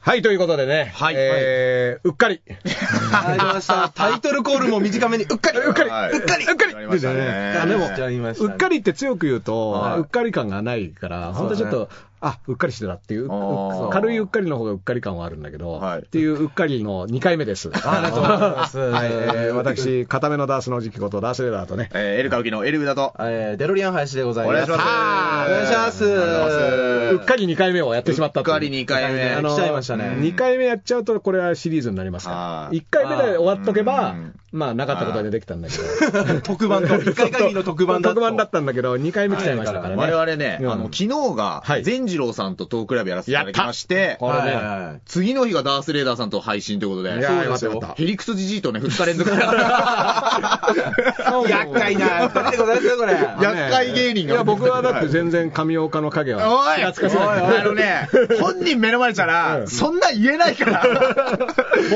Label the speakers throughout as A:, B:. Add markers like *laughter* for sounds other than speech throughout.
A: はい、ということでね。
B: はい
A: えー、うっかり。
B: ありました。タイトルコールも短めに、うっかり。
A: うっかり、
C: はいう
A: っかり、
C: は
A: う
C: い
A: っかり
C: なりましたね
A: で
B: ダメもっちゃいましたね
A: うっかりって強く言うと、
C: はいう
A: っかり感がないから、本当にちょっと、あ、うっかりしてたっていう、
C: あー
A: 軽いうっかりの方がうっかり感はあるんだけど、
C: はい
A: っていううっかりの2回目です。
B: ありがとうございます。
A: *laughs* はい、えー私、固めのダースの時期こと、ダースレーダーとね、
C: えーエルカウキのエルウだと。
B: えーデロリアン林でござい
C: お願
B: ま
C: いし
B: す。
C: ます。
A: あーお願いします
C: お願いし
A: う
C: ま
A: っかり2回目をやってしまった
C: うっかり2回目。
B: あの来ちゃいましたね
A: 2回目やっちゃうと、これはシリーズになりますから
C: あ、ー
A: 1回目で終わっとけば
C: あーうん、
A: まあ、なかったことにできたんだけど。 *laughs*
B: 特 *laughs* 番と、一回限りの特番だと。
A: 特番だったんだけど、2回目来ちゃいましたからね。
C: 我々ね、
A: うん
C: あの、昨日が
A: はい、
C: 善次郎さんとトークライブやらせていただきまして、
A: これね
B: はいはいはい
C: 次の日がダースレーダーさんと配信ということで、
A: いやー
C: そうですよ
A: よかったよかった
C: ヘリクソジジイとね、2日
A: *laughs*
C: 連続。厄
B: 厄介な、厄介でございますよ、これ。
C: 介芸人
A: い
C: が。
A: や、僕はだって全然神岡の影は
C: おい
A: 気がつかせない。
C: あのね、本人目の前にした
A: う
C: ら、
A: ん
C: そんなん言えないから。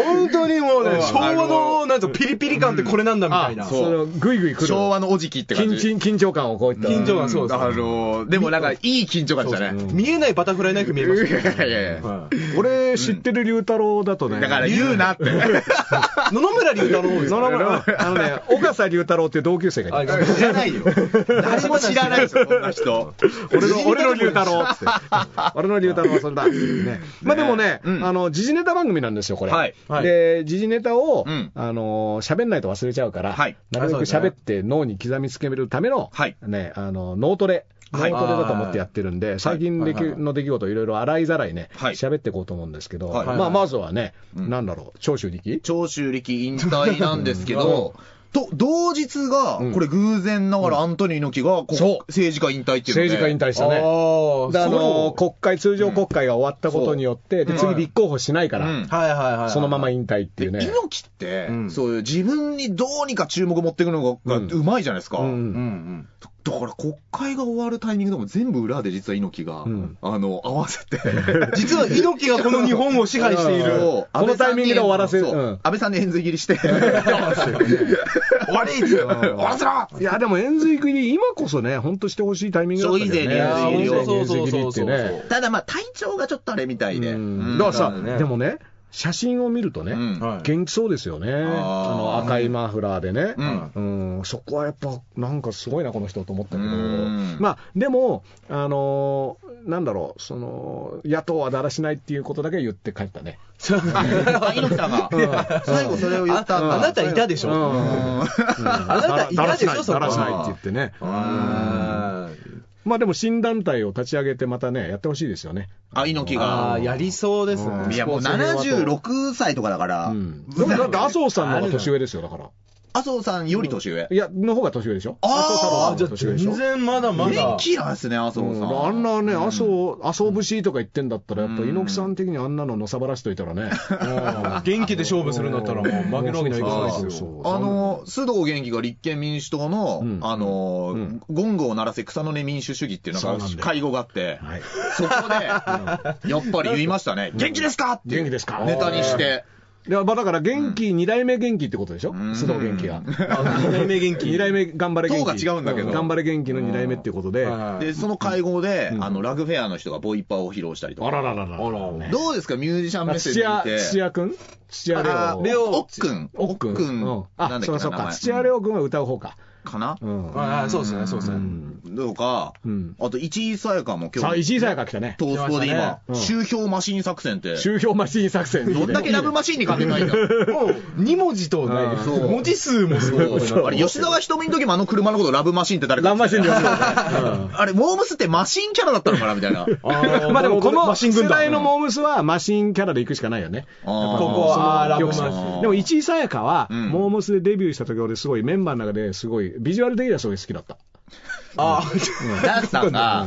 B: 本当にもう
C: う
B: ね、
C: ん
B: 昭和の、なんとピリピリ感ってこれなんだみたいな。
C: あ
A: そのぐいぐい来る。
C: 昭和のおじきって感
A: 緊
C: じ。
A: 緊緊張感をこういった。
B: 緊張感そう
C: あ
B: ですね
C: の、でもなんか、いい緊張感でした
A: そう
C: ね
A: そう。
B: 見えないバタフライナイフ見えましたね
C: いやいやいや
B: は
A: 俺知ってる龍太郎だとね。
C: だから言う
A: *laughs*
C: なって。
B: い野々村龍太郎です
A: 野々村あのね、小笠龍太郎っていう同級生がいる。
C: 知らないよ。誰も知らないですよ、こんな人。
A: 俺の、俺の龍太郎っつって。 *laughs* 俺の龍太郎はそれだ。ね。まあでもね、
C: うん
A: あの、時事ネタ番組なんですよ、これ。
C: はい
B: はい
A: で、時事ネタを、
C: うん
A: あの、喋んないと忘れちゃうから、
C: はい
A: なるべく喋って脳に刻みつけるための、
C: はい
A: ね、あの、脳トレ。脳トレ
C: はい
A: だと思ってやってるんで、最近でき
B: はいはいはい
A: の出来事をいろいろ洗いざらいね、
C: はい
A: 喋っていこうと思うんですけど、
C: はい
A: まあまずはね、
C: うん
A: なんだろう、長州力
C: 長州力引退なんですけど、と、同日が
A: うん、
C: これ偶然ながらアントニー猪木が、こ
A: そう
C: 政治家引退っていうので
A: 政治家引退したね。であの
B: こ
A: 国会、通常国会が終わったことによって、
C: う
A: で
C: ん
A: 次、立候補しないから、
C: うん
B: はいはいはい。
A: そのまま引退っていう
C: で
A: ね。
C: 猪木って、
B: うん
C: そういう自分にどうにか注目持っていくのが、
A: うん
C: うまいじゃないですか、
A: うん
B: うんうん。
C: だから国会が終わるタイミングでも全部裏で実は猪木が、
A: うん
C: あの合
A: *laughs*
C: わせて
B: 実は猪木がこの日本を支配してい
A: うん
B: る。
C: そう
A: このタイミングで終わらせる
C: そう
A: うん
C: 安倍さんに円髄切りして
A: *laughs*
C: *laughs*
B: 終わりですよ。
C: 終わらせろ
A: いや、でも、円髄切り、今こそね、本当してほしいタイミングだったけどね。
C: 消費税の円髄切りを
A: いや本当に円髄切りってね
B: そうそうそう
C: ただまあ体調がちょっとあれみたいで、
A: うんだからさ、
B: うん
A: でもね、写真を見るとね、
C: うん
B: はい
A: 元気そうですよね。あの赤いマフラーでね。
C: う
A: うんんそこはやっぱ、なんかすごいな、この人と思ったけど
C: うん、
A: まあ、でも、あのーなんだろう、その、野党はだらしないっていうことだけは言って帰ったね。
C: あ猪木さ
A: *laughs*
C: んが最後それを言ったんだ
B: ああなたいたでし
A: う
B: ょ。
A: ん
B: うん
A: あ
B: なたいたでしょそこ
A: だ
B: は
A: らしないだらしないって言ってね。まあでも、新団体を立ち上げて、またね、やってほしいですよね。
C: あ猪木
B: あ
C: が
B: あ、やりそうです
A: うん
C: い
B: ね。
C: やもう76歳とかだから、
A: うん。でもだって麻生さんの方が年上ですよ、だから。
C: 麻生さんより年上、
A: いや、の方が年上でしょ。
C: あー
A: 麻生太郎さん
B: あ
A: の
B: じ
A: 方が
B: ゃあ
A: 年上
B: 全
A: でしょ。
B: 然まだまだ
C: 元。気なんですね麻生さん、
A: うんあんなね、
C: うん
A: 麻生、麻生節とか言ってんだったら、やっぱ猪木さん的にあんなののさばらしといたらね。
B: うん元気で勝負するんだったらもう負けるわけにはいかないですよ。
C: あの、須藤元気が立憲民主党の、
A: うん
C: あの、
A: うん
C: ゴングを鳴らせ草の根民主主義っていう
A: そ
C: な
A: うんな
C: か
A: んだよ
C: 会合があって、
A: はい。
C: そこで、やっぱり言いましたね。元気ですかっていう
A: 元気ですか
C: ネタにして。
A: いや、まあだから元気、二代目元気ってことでしょ
C: ん
A: 須藤元気が。
B: 2代目元気。
A: 二代目頑張れ元気。
C: 党が違うんだけど
A: 頑張れ元気の二代目っていうことで。あ
B: はい
C: で、その会合で、
A: うん
C: あの、ラグフェアの人がボイパを披露したりと
A: ら
C: か。
A: ららら。ね
C: どうですかミュージシャン目線
A: 土
C: で見
A: 屋、
C: て。
A: 土屋くん土屋レ
C: あ
A: オ。
C: レオ。
B: オ
C: おっくん。
A: おっくん。うんあ、そうかそうか。土屋レ
C: オ。
A: オくんは歌う方か。
C: かな
A: うん。
B: ああ、そうですね、そうです
A: う
B: ね。
A: ん。
C: とか、
A: うん。
C: あと、一井さやかも
A: さ
C: 今
A: あ、
C: 日、
A: 石井さやか来たね。
C: トースポで
B: 来ま
C: 今
B: し、
A: たねうん
C: 周票マシン作戦って。
A: 周票マシン作戦。
C: どんだけラブマシーンに勝てないん
A: *laughs*
C: だ。
B: もう、2文字とね
C: うんそう、
B: 文字数もすごい。
C: あれ、吉沢瞳の時もあの車のことラブマシーンって誰か
A: ラブマシンで
C: 言っ
A: や
C: てた
A: る
C: よ
A: よ
C: ね
A: ね。
C: あれ、モームスってマシンキャラだったのかなみ
A: *laughs*
C: たいな。
B: あー
A: まあでもこの
B: マシン
A: 世
B: 軍団
A: 代のモームスはマシンキャラで行くしかないよね。
C: あー
B: ここはあーラブマシ
A: そ
B: ン
A: の曲差でも一井さやかは、
C: うん
A: モームスでデビューした時俺すごいメンバーの中ですごい、ビジュアル的にはすごい好きだった。
B: あ
C: ダンスさんが、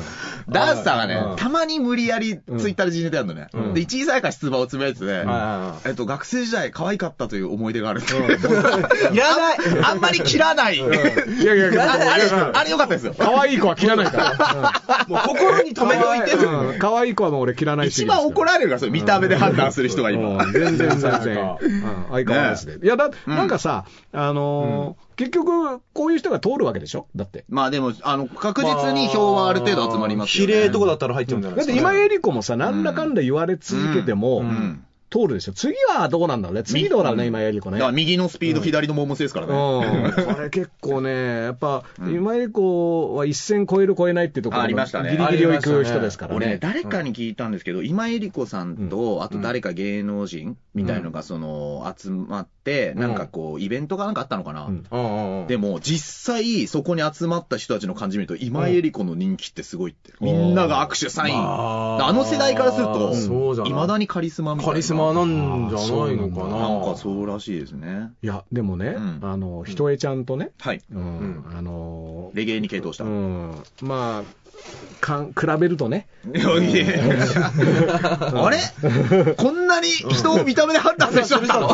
C: ダンスさん
B: う
C: が
B: ん
C: ね、たまに無理やりツイッターで人ネタやるのね
A: うん。
C: で、一位さやか出馬をつぶやいてて
B: あ、
C: えっと、学生時代可愛かったという思い出がある。
B: あ、いらない
C: *laughs* あんまり切らない。あれ、
A: いやいやい
C: あれ
A: や、
C: あれ良かったですよ。
A: 可愛い子は切らない *laughs* から。
B: もう心に留めと *laughs* いてる。
A: うん可愛い子はもう俺切らない主
C: 一
A: 義です
C: 番
A: から
C: 怒られるから、それ見た目で判断する人が
A: う
C: 今。
A: ん全然全然。
B: な
A: うん
B: ん
A: *laughs* 相
B: か
A: 変わらずで。いや、だ、なんかさ、あのー、結局、こういう人が通るわけでしょだって。
C: まあでも、あの、確実に票はある程度集まりますよ
B: 比
C: ね。
B: 例とかだったら入っちゃうんじゃない
A: だ
B: で
A: っ
B: す
A: て
B: か、ね。
A: 今江里子もさ、なんだかんだ言われ続けても、
B: うん
C: うん
A: 通るでしょ。次はどうなんだろうね。次どうだろうね、今江里子ね
C: だ。から右のスピード、左のモームスですからね。
A: うん、これ結構ね、やっぱ、今井子は一線超える超えないっていうところ
C: あ
A: の
C: りましたね
A: ギリギリを行く人ですから
C: 俺ね
A: ね。
C: 誰かに聞いたんですけど、今江里子さんと、あと誰か芸能人みたいのが、その、集まって、
B: ん
C: なんかこう、イベントがなんかあったのかな。
A: うん
B: うんうんうん
C: でも、実際、そこに集まった人たちの感じ見ると、今江里子の人気ってすごいって。みんなが握手、サイン。
B: あー
C: あの世代からする
B: うんそうじ
C: と、
B: ゃない
C: いまだにカリスマみたいな。
B: カリスマなんじゃないのかな。
C: なんかそうらしいですね。
A: いや、でもね、
C: うん
A: あの、ひとえちゃんとね、
C: はい。
A: うん
B: うん
A: あの
C: レゲエに傾倒した。
A: うん、まあ、かん、比べるとね、
C: いやいやあれこんなに人を見た目で判断する人なの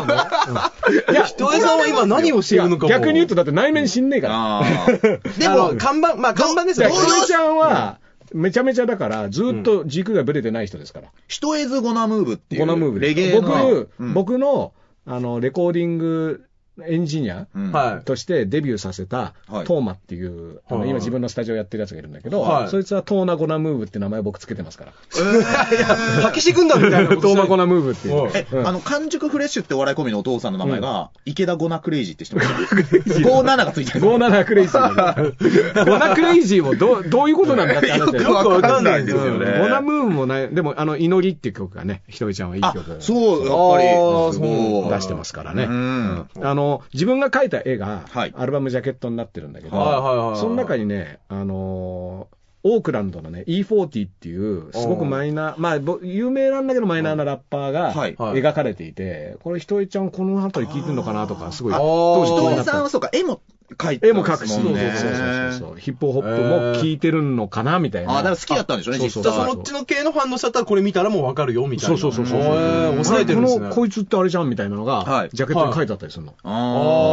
B: いや、ひとえさんは今何をしているのかも
A: 逆に言うと、だって内面死んねえから。
C: あー
B: でも、看板、まあ看板です
A: じゃ
B: よ
A: あ、
B: ね。
A: ひとえちゃんは、めちゃめちゃだから、ずっと軸がぶれてない人ですから。
C: 一重ずゴナムーブっていう。
A: このムーブで
C: レゲエの
A: 僕、、
C: うん、
A: 僕の、あの、レコーディングエンジニア
C: うん
B: はい。
A: としてデビューさせた、
C: はい
A: トーマっていう、あの
B: はい
A: 今自分のスタジオやってるやつがいるんだけど、
B: はい
A: そいつはトーナゴナムーブって名前僕つけてますから。
C: えー
B: たけし軍団みたいな
A: ト
B: こと
A: ーマゴ
B: な。
A: ナムーブっていう。
C: え、
A: うん
C: あの、完熟フレッシュってお笑いコンビのお父さんの名前が、池田ゴナクレイジーって人57がついてる。
A: 57クレイジーだ *laughs* ね。57クレイジーもどうどういうことなんだって話だ
C: *laughs* よくわかんないですよね
A: ゴナムーブもない、でも、あの、祈りっていう曲がね、ひとりちゃんはいい
C: あ
A: 曲、
C: そう、やっぱ
B: あー
C: り。
B: そう
A: 出してますからね。
C: うん。
A: あの、自分が描いた絵が
C: はい、
A: アルバムジャケットになってるんだけど、
B: はいはいはいはい
A: その中にね、あのーオークランドのね、E40 っていう、すごくマイナー、まあ、ぼ有名なんだけどマイナーなラッパーが
C: はい
B: はい
A: 描かれていて、これ、ひとりちゃん、この辺り聞いてるのかなとか、すごい、
B: あー
A: 当時気
C: 人
A: にな
C: 江
A: っ
C: さん
A: た
C: は。そうか、絵も描いて
A: 絵
C: たん
A: も
C: で
A: 描くし、そ
C: す
A: う
C: も
A: そ
C: ん
A: う
C: ね。
A: そうそうそう、ヒップホップも聞いてるのかなみたい
C: あ
A: な。
C: ーだから好きだったんでしょうね、
A: あ
C: 実
A: そう
B: じ
A: そ
B: ゃ
A: う
B: あ
C: 際。
B: そのっちの系の反応しちゃったらこれ見たらもうわかるよみた
A: そう
B: いな。
A: そうそうそう。
B: へー抑えてるんで
A: あ
B: すね。
A: れこのこいつってあれじゃんみたいなの
C: は
A: が
C: い、
A: ジャケットに書いてあったりするの。
C: あ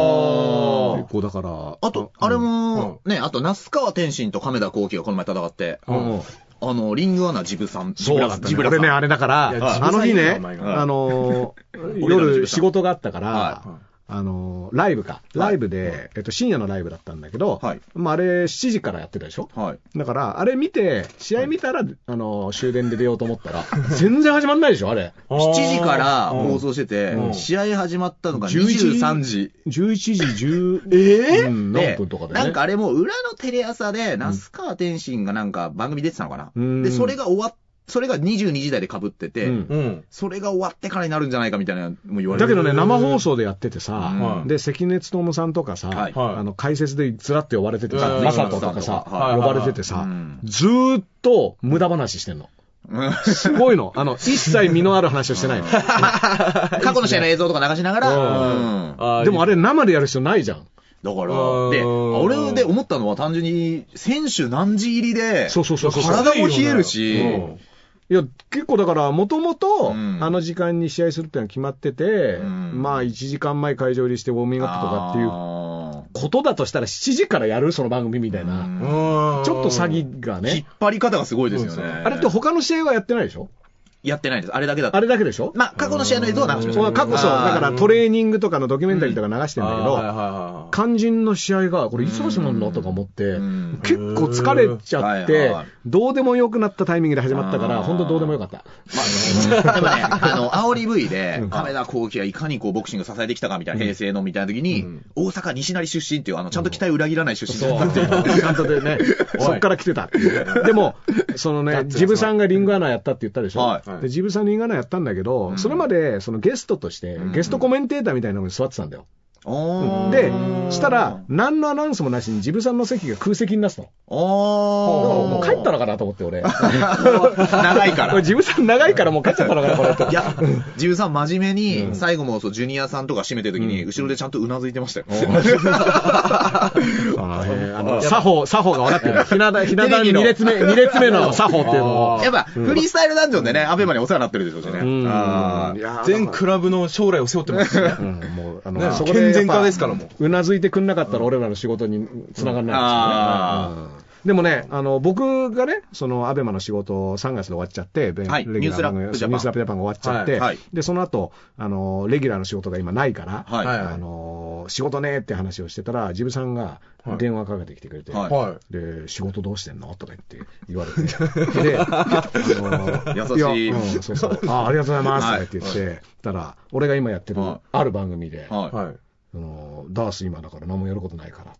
B: はい
A: 結構だから。
C: あと、あれも、ね、あと、那須川天心と亀田光輝がこの前戦って、
A: うん、うん
C: あの、リングアナジブさん。
A: そうだったね。俺ね、あ
C: れ。
A: れだから
B: い、や
A: あの日
B: 自分さん
A: ね
B: いいなお、前が
A: あのー、
C: 俺らの自
A: 夜
C: 分さん
A: 仕事があったか
C: は
A: ら、あのー、ライブか。ライブで、えっと、深夜のライブだったんだけど
C: はい、
A: まあ、あれ7時からやってたでしょ
C: はい。
A: だから、あれ見て、試合見たら、あのー、終電で出ようと思ったら、全然始まんないでしょ、あれ。
C: 7時から放
B: う
C: 送してて、
B: うん
C: 試合始まったのが
A: 11
C: 23時。
A: 11時10、
B: え
A: うん何分とかでね。
C: なんかあれもう裏のテレ朝で、那須川天心がなんか番組出てたのかな、
A: うん
C: で、それが終わっ、それが22時台で被ってて、
A: うん
B: うん。
C: それが終わってからになるんじゃないかみたいなのも言われ
A: だけど
C: る。
A: ね、生放送でやっててさ
B: う、ん
A: で、関根勤さんとかさ、
C: はい
A: あの解説でずらって呼ばれててさ、
B: うん
A: マサトとかさ、
B: はい
A: 呼ばれてて
C: は
A: さ
C: いはい、
A: ずーっと無駄話してんの。
C: うん *laughs*
A: すごいの。あの、一切身のある話をしてないの。
C: 過去の試合の映像とか流しながら、うん
B: あー
A: *laughs* でもあれ生でやる必要ないじゃん。
C: だから、
B: うん
C: で、俺で思ったのは単純に、選手何時入りで、
A: そうそうそうそう。
C: 体も冷えるし
A: うんいや、結構だから、もともと、
C: うん
A: あの時間に試合するってのは決まってて、
C: うん
A: まあ、1時間前会場入りしてウォーミングアップとかっていう
C: あ
A: ことだとしたら、7時からやるその番組みたいな。
B: うん
A: ちょっと詐欺が
C: ー引
A: ね
C: っ。張り方がすごいですよ
B: そうそう
C: ね。
A: あれって他の試合はやってないでしょ
C: やってないです。あれだけだった
A: あれだけでしょ
C: まあ、過去の試合の映像は流しました
A: そう
C: ね。
A: 過去そう、
C: あー
A: だからトレーニングとかのドキュメンタリーとか流してんだけど、
B: あーはいはいはいはい
A: 肝心の試合が、これいつ始まるのとか思って
C: ん、
A: 結構疲れちゃっ
C: はい
A: て
C: はい、
A: どうでもよくなったタイミングで始まったから、
C: うん
A: 本当どうでもよかった。
C: *laughs* まあ、でもね、あの、煽り V で、亀田光輝がいかにこうボクシングを支えてきたかみたいな、平成のみたいな時に、大阪西成出身っていう、あの、ちゃんと期待を裏切らない出身だったってい
A: *laughs*
C: う。
A: 監督でね、
B: おい
A: そっから来
C: *laughs*
A: てたっていう。でも、その
B: ガ
A: ね、
B: ッツが
A: ジブさんがリングアナやったって言ったでしょ。
C: はい
A: でジブさんリングアナやったんだけど、それまでそのゲストとして、ゲストコメンテーターみたいなのに座ってたんだよ。
C: おー
A: で、したら、、何のアナウンスもなしにジブさんの席が空席になってたの。だからも
C: お
A: う
C: ー
A: 帰ったのかなと思って、俺。 *laughs*
C: 長いか
A: これ、
C: ら。
A: ジブさん長いからもう帰っちゃったのかな、こ
C: *laughs*
A: れと。
C: いや、ジブさん真面目に、最後もそう、ジュニアさんとか締めてる時に、後ろでちゃんとうなずいてましたよ。
A: あの、作法、作法が笑ってる。 *laughs* ひな壇、ひな壇2列目、二列目の作法っていうのを。
C: *laughs* やっぱ、フリースタイルダンジョンでね、アベマにお世話になってるでしょうしね。
A: うん
C: あー
A: いやー
B: 全クラブの将来を背負ってま
A: *laughs*
B: すね。
A: うんもう、あ
B: ね
A: の、そこでやっぱ。
B: 健全化ですからも
A: うなずいてくんなかったら俺らの仕事に繋がらないですよね
C: あ
A: うん。でもね、あの、僕がね、その、アベマの仕事3月で終わっちゃって、べ
C: はい
A: レギュラー
C: ニュースラップジャパン
A: ニュースラップジャパンが終わっちゃって、
C: はいはい
A: で、その後、あの、レギュラーの仕事が今ないから、
C: はい
B: はい
A: あの、仕事ねって話をしてたら、ジブさんが電話かけてきてくれて、
C: はい
B: は。
A: で、仕事どうしてんのとか
C: *laughs*
A: 言って言われて。で、あの
C: 優しい
A: やうんそう
C: *laughs*
A: そう。あありがとうございます。と
C: は
A: か
C: い
A: 言って言って、たら、俺が今やってる
C: はい、
A: ある番組で、あ
C: はい
B: はい。
A: の、ダース今だから何もやることないから、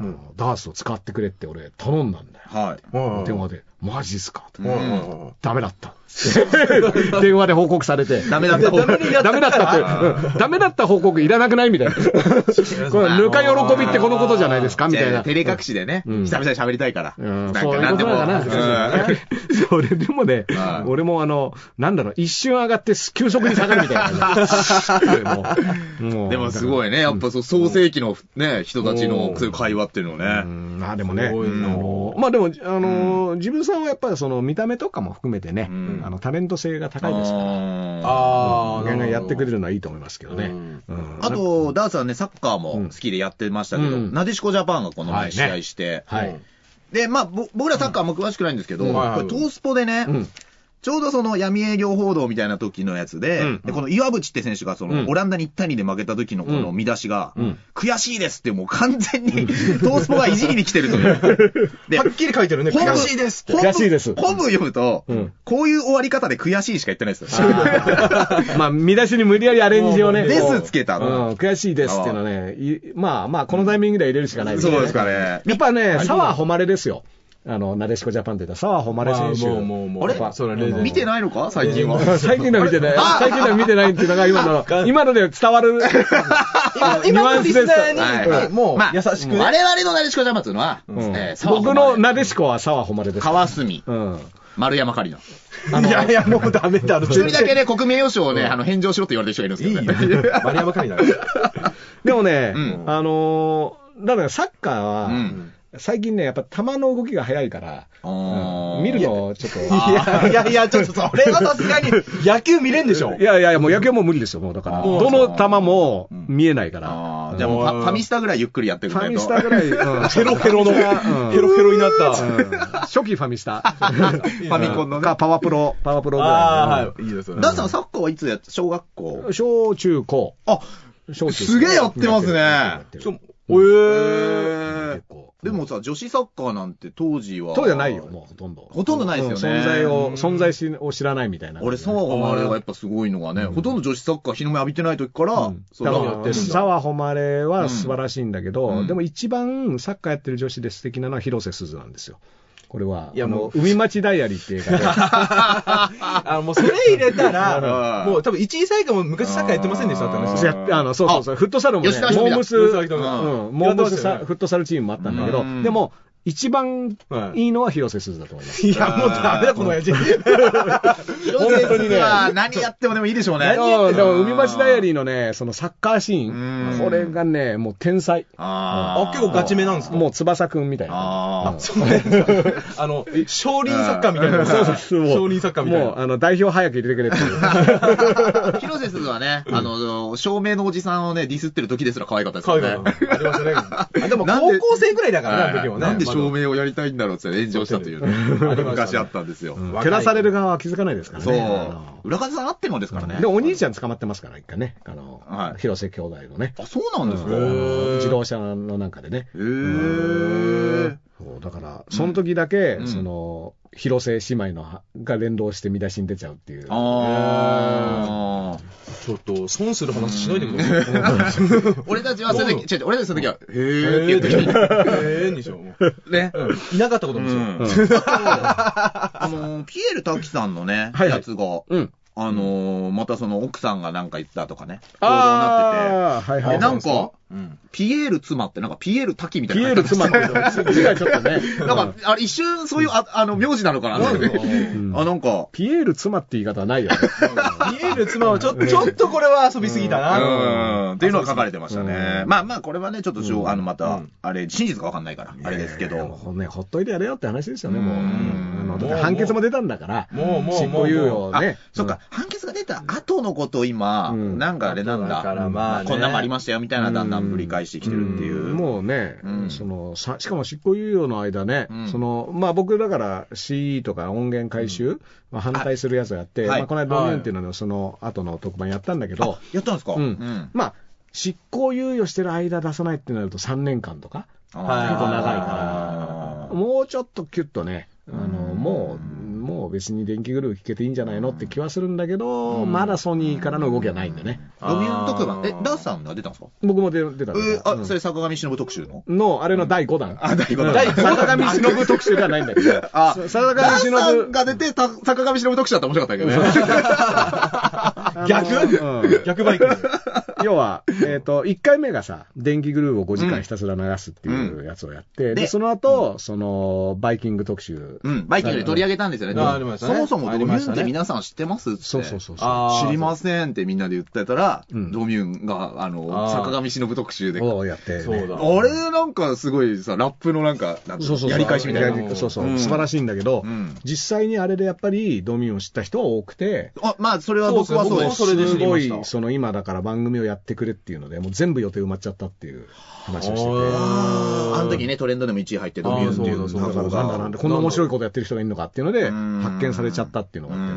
A: あ
B: うん
A: のダースを使ってくれって俺頼んだんだよ。
C: い。はい。
B: はい。
A: 電話で、マジっすかと
C: うん
A: ダメだった。 *laughs* 電話で報告されて。
C: ダメだった
A: ダメだったダメだった
C: *laughs*
A: って、うんダメだった報告いらなくないみたいな。これ、ぬか喜びってこのことじゃないですかみたい
C: じゃ
A: な。
C: あ照れ隠しでね、
A: うん
C: 久々に喋りたいから。
A: うん
C: なん
A: そう
C: か
A: いうこ
C: 何
A: と
C: でも。
A: なんだな、
C: うん
A: *laughs* それでもね
C: は、い
A: 俺もあの、なんだろう、一瞬上がって急速に下がるみたい
C: *laughs*
A: な *laughs* ねもう。もう
C: でもすごいね、やっぱそう創世紀のね、人たちのそういう会話っていうの
A: う
C: ね。
A: んあでもね、あ
B: すごいな
A: のまあでも、あの自分さんはやっぱりその見た目とかも含めてね、
C: うん
A: あのタレント性が高いですから、
C: あー
B: ああ、
A: ガンガンやってくれるのはいいと思いますけどね。
B: うん
A: うん
C: あと、ダースはね、サッカーも好きでやってましたけど、
A: うん
C: なでしこジャパンがこの
A: は
C: 前
A: い
C: 試合して、
A: はい。
C: で、まあ、ぼ僕らサッカーも詳しくないんですけど、
A: うん
C: こ
B: はい
C: れ、トースポでね、
A: うん
C: ちょうどその闇営業報道みたいな時のやつで、
A: うん
C: でこの岩渕って選手がその、
A: うん
C: オランダに1対2で負けた時のこの見出しが、
A: うん
C: 悔しいですってもう完全に、トースポがいじりに来てるという。で
B: はっきり書いてるね、
C: 本文
B: 悔しいですって。
A: 悔しいです
C: 本文読むと、
A: うん
C: こういう終わり方で悔しいしか言ってないですよ。
A: *laughs* まあ、見出しに無理やりアレンジをね。
C: です
A: こう
C: つけた
A: うん、悔しいですっていうのはね、いまあまあ、このタイミングでは入れるしかない
C: そうですかね
A: やっぱね、澤穂れですよ。あの、なでしこジャパンって言った澤穂れ
B: まあ
A: 選手。
B: もう、もう、もう。
C: あれ
B: やっぱそれは例年
C: 見てないのか最近は。
A: 最近のは見てない。最近のは見てないっていうのが今の、今ので伝わ *laughs* る。
B: 今今のリスナーに、もう、優しくね。
C: 我々のなでしこジャパンっていうのは、
A: うん
C: えー沢
A: 僕
C: 穂
A: の
C: 丸
A: なでしこは澤穂れです。
C: 川隅、
A: うん。
C: 丸山桂里
B: いやいや、もうダメだろ、
C: 奈。一人だけね、国名誉賞をね、あの、返上しろって言われてる人がいるんですけどね。
B: 丸山会なの。
A: でもね、
C: うん
A: あのーだからサッカーは、
C: うん
A: 最近ね、やっぱ球の動きが速いから、
C: あー
A: うん見るのちょっと。
B: いやいやいや、ちょっとそれはさすがに、野球見れんでしょ
A: いやいやいや、もう野球はもう無理ですよ、もうだから。
B: もう
A: どの球も見えないから。
C: あ
A: う
C: ー
A: ん
C: じゃあもうフ
B: う
C: ァ
B: ん
C: ファミスタぐらいゆっくりやってく
A: フ
C: れ
A: ァ
C: ない
A: ミ
C: と。
A: スタぐらい、うん
B: ヘロヘロの、
A: うん
B: ヘロヘロになった。
A: うん初期ファミス
C: *laughs*
A: タ。フ
C: ァミコンのね
A: か、パワプロ、パワプロぐらい
B: ああ、はい。いいですよね。
C: ダンさんはサッカーはいつやっ小学校
A: の。小中高。
C: あ、
A: 小中高
C: すげえやってますね
A: やってる
B: ち
A: や
B: ょ
A: ってる、
B: おえー
A: 結。構
C: でもさ、女子サッカーなんて当時は。
A: そうじゃないよ、もうほとんど。
C: ほとんどないですよね
A: うん存在を、存在しを知らないみたいな。
C: 俺、澤穂れがやっぱすごいのがね、ほとんど女子サッカー日の目浴びてない時から、
A: うん
C: そ
A: だ
B: う
A: か
B: やって
A: ら、
B: るんだ
A: 澤穂れは素晴らしいんだけど、
C: うん
A: でも一番サッカーやってる女子で素敵なのは広瀬すずなんですよ。これは、
B: いやもう
A: あの海町ダイアリーっていう映画で、
B: *laughs* あ、もうそれ入れたら、
C: うん
B: もう多分1位以下も昔サッカーやってませんでしたって話
A: そうやってあのそうそうそう、フットサルもね、
C: 吉田ひと
A: モ
C: みだ
A: ームス、
B: 吉田ひと
A: う
B: みだ
A: ん、モームス
B: やってましたよ
A: さ
B: ね
A: フットサルチームもあったんだけど
C: うん、
A: でも、一番
B: はい
A: いいのは広瀬すずだと思います。
B: いや、もうダメだ、この親父。
C: 本当にね。何やってもでもいいでしょうね。
A: うんでも、海町ダイアリーのね、そのサッカーシ
C: う
A: ー
C: ん
A: ン、これがね、もう天才。
C: あ
B: あ
C: ー
B: 結構ガチめなんですか
A: もう翼くんみたいな。
C: あー
B: そうなんですかあの、少林サッカーみたいな。
A: そうそうそう
B: 少林サッカーみたい
A: もう、
B: な。
A: あの、代表早く入れてくれっていう。
C: 広瀬すずはね、あの、照明のおじさんをね、ディスってる時ですら可愛かったです
B: 可
C: よ
B: 愛
C: ね
B: か。った。ありま
C: *laughs*
B: したねあ。でも
C: なん
B: 高
C: で
B: 校生ぐらいだからね、あの時もね。
C: なんで
B: ま
C: 照明をやりたいんだろうって炎上したという
B: あ
C: *laughs* ね。
B: りましたね
C: 昔あったんですよ。
A: うん
B: 若い
A: 照らされる側は気づかないですから
C: そう
A: ね。あの。
C: 裏方さんあってのですからね。
A: で、お兄ちゃん捕まってますから、一回ね。あの
C: は、い
A: 広瀬兄弟のね。
C: あ、そうなんですか。
A: うん
C: へ
B: ー
A: 自動車のなんかでね。
C: ー。
A: そうだから、その時だけ、
C: うん
A: その、広瀬姉妹のはが連動して見出しに出ちゃうっていう。
C: ああ。
B: ちょっと、損する話しないでください。
C: 俺たちはその時、違う違う俺たちその時は、へーって
B: え
C: 言
B: え
C: っ
B: で
C: て
B: しょ。
C: きた。
B: ええでしょ。もう
C: ね。
B: いなかったこともし
C: うん
B: ない。
C: あのー、ピエール滝さんのね、
A: はいはい
C: やつが、
A: うん。
C: あのー、またその奥さんがなんか言ったとかね、報道になって
A: ああ、はい
C: て、
A: はい。
C: で、な
A: なん
C: んか、
B: うん。
C: ピエール妻ってなんかピエール滝みたい
A: ピ
C: な
A: エー
C: 書い
A: ル
C: てあ
A: 妻って、字がちょっとね。
C: る。 *laughs* なんか、あれ一瞬そういう、ああの、名字なのかなってね。
A: うん
C: あ、なんか、
A: ピエール妻って言い方はないよ
C: *laughs*
A: ね。
B: 見える妻はちょっと、ちょっとこれは遊びすぎた
C: う
B: な。
C: ん、っていうのが書かれてましたね。
A: うん
C: まあまあ、これはね、ちょっとしょう、あの、また、
B: うん
C: あれ、真実かわかんないから、あれですけ
A: いやもう
C: ど。
A: ほんね、ほっといてやれよって話ですよね、もう。
C: う
A: うんんあのだって判決も出たんだから、
B: もう、もう、
A: 執
B: も
A: 行猶
B: う。
A: 予
B: もう
A: をね
C: あ。そっか、判決が出た後のことを今、
A: うん
C: なんかあれなんだ。
B: だからまあね
C: こんなんもありましたよみたいな、だんだんんぶり返してきてるっていう。
A: んもうね、
C: うん
A: そのさしかも執行猶予の間ね、
C: うん
A: そのまあ、僕だから CE とか音源回収、まあ、反対するやつをやって、
C: はい
A: まあ、この間、ドミューンっていうののその後の特番やったんだけど
C: あ、やったんですか
A: うんまあ、執行猶予してる間出さないってなると3年間とか、
C: はい
A: 結構長い
C: あー
A: もうちょっとキュッとね、あの
C: うん
A: もう、もう別に電気グループ聞けていいんじゃないのって気はするんだけど、
C: うん
A: まだソニーからの動きはないんでね、
C: ドミューン特
B: あ。
C: 番え
B: ー、
C: ダースさんが出たんですか
A: 僕も出出たんだけど
C: えー
A: う
C: あ、
A: ん
C: それ坂上忍特集の
A: の、あれの第5弾。
C: あ第五弾
A: 第坂上忍特集ではないんだけ *laughs* ど。
C: あ、
A: さ坂上忍
C: ダースさんが出て、た坂上忍特集だったら面白かったけどね。
B: 逆
A: あのうん
B: 逆バイク。
A: 要は、えっ、と、1回目がさ、電気グルーヴを5時間ひたすら流すっていうやつをやって、で、
C: で
A: その後、その、バイキング特集。
C: うん、バイキングで取り上げたんですよね。
B: あーありましたね
C: そもそもドミューンって皆さん知ってますって。
A: そうそうそうそう。
B: あー
C: 知りませんってみんなで言ってたら、
A: うん
C: ドミューンが、あの、
B: あー
C: 坂上忍特集で。あ
A: をやって、ね。
B: そうだ
C: れなんかすごいさ、ラップのなんか、なんか
A: そうそうそう
C: やり返しみたい
A: やり
C: な。
A: そうそう、
C: うん
A: 素晴らしいんだけど、
C: うん
A: 実際にあれでやっぱりドミューンを知った人は多くて、
C: あ、まあ、それは僕はそうです。
B: そうで
A: す
B: すね僕もそれで知り
A: ご
B: まし
A: い
B: た、
A: その今だから番組をやってくれっていうので、もう全部予定埋まっちゃったっていう話をしてて。
C: あーあの時ね、トレンドでも1位入ってドミューンっていう
B: あーそう
A: だ
B: だ
A: か
B: そ
A: ら
B: う
A: なんだなんだ、こんな面白いことやってる人がいるのかっていうので、
C: うん
A: 発見されちゃったっていうのがあって
C: う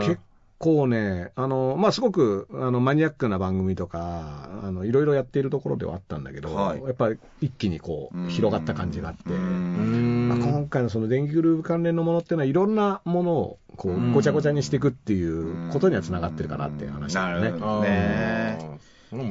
A: ね。
B: 結
A: 結構ね、あの、まあ、すごく、あの、マニアックな番組とか、あの、いろいろやっているところではあったんだけど、
C: はい
A: やっぱり一気にこう、広がった感じがあって、
B: 構
C: ん
A: まあ、今回のその電気グルーヴ関連のものっていうのは、いろんなものを、こ
B: う
A: う、
B: ん
A: ごちゃごちゃにしていくっていうことにはつながってるかなっていう話だよ
C: な
A: ね
C: る。ほどね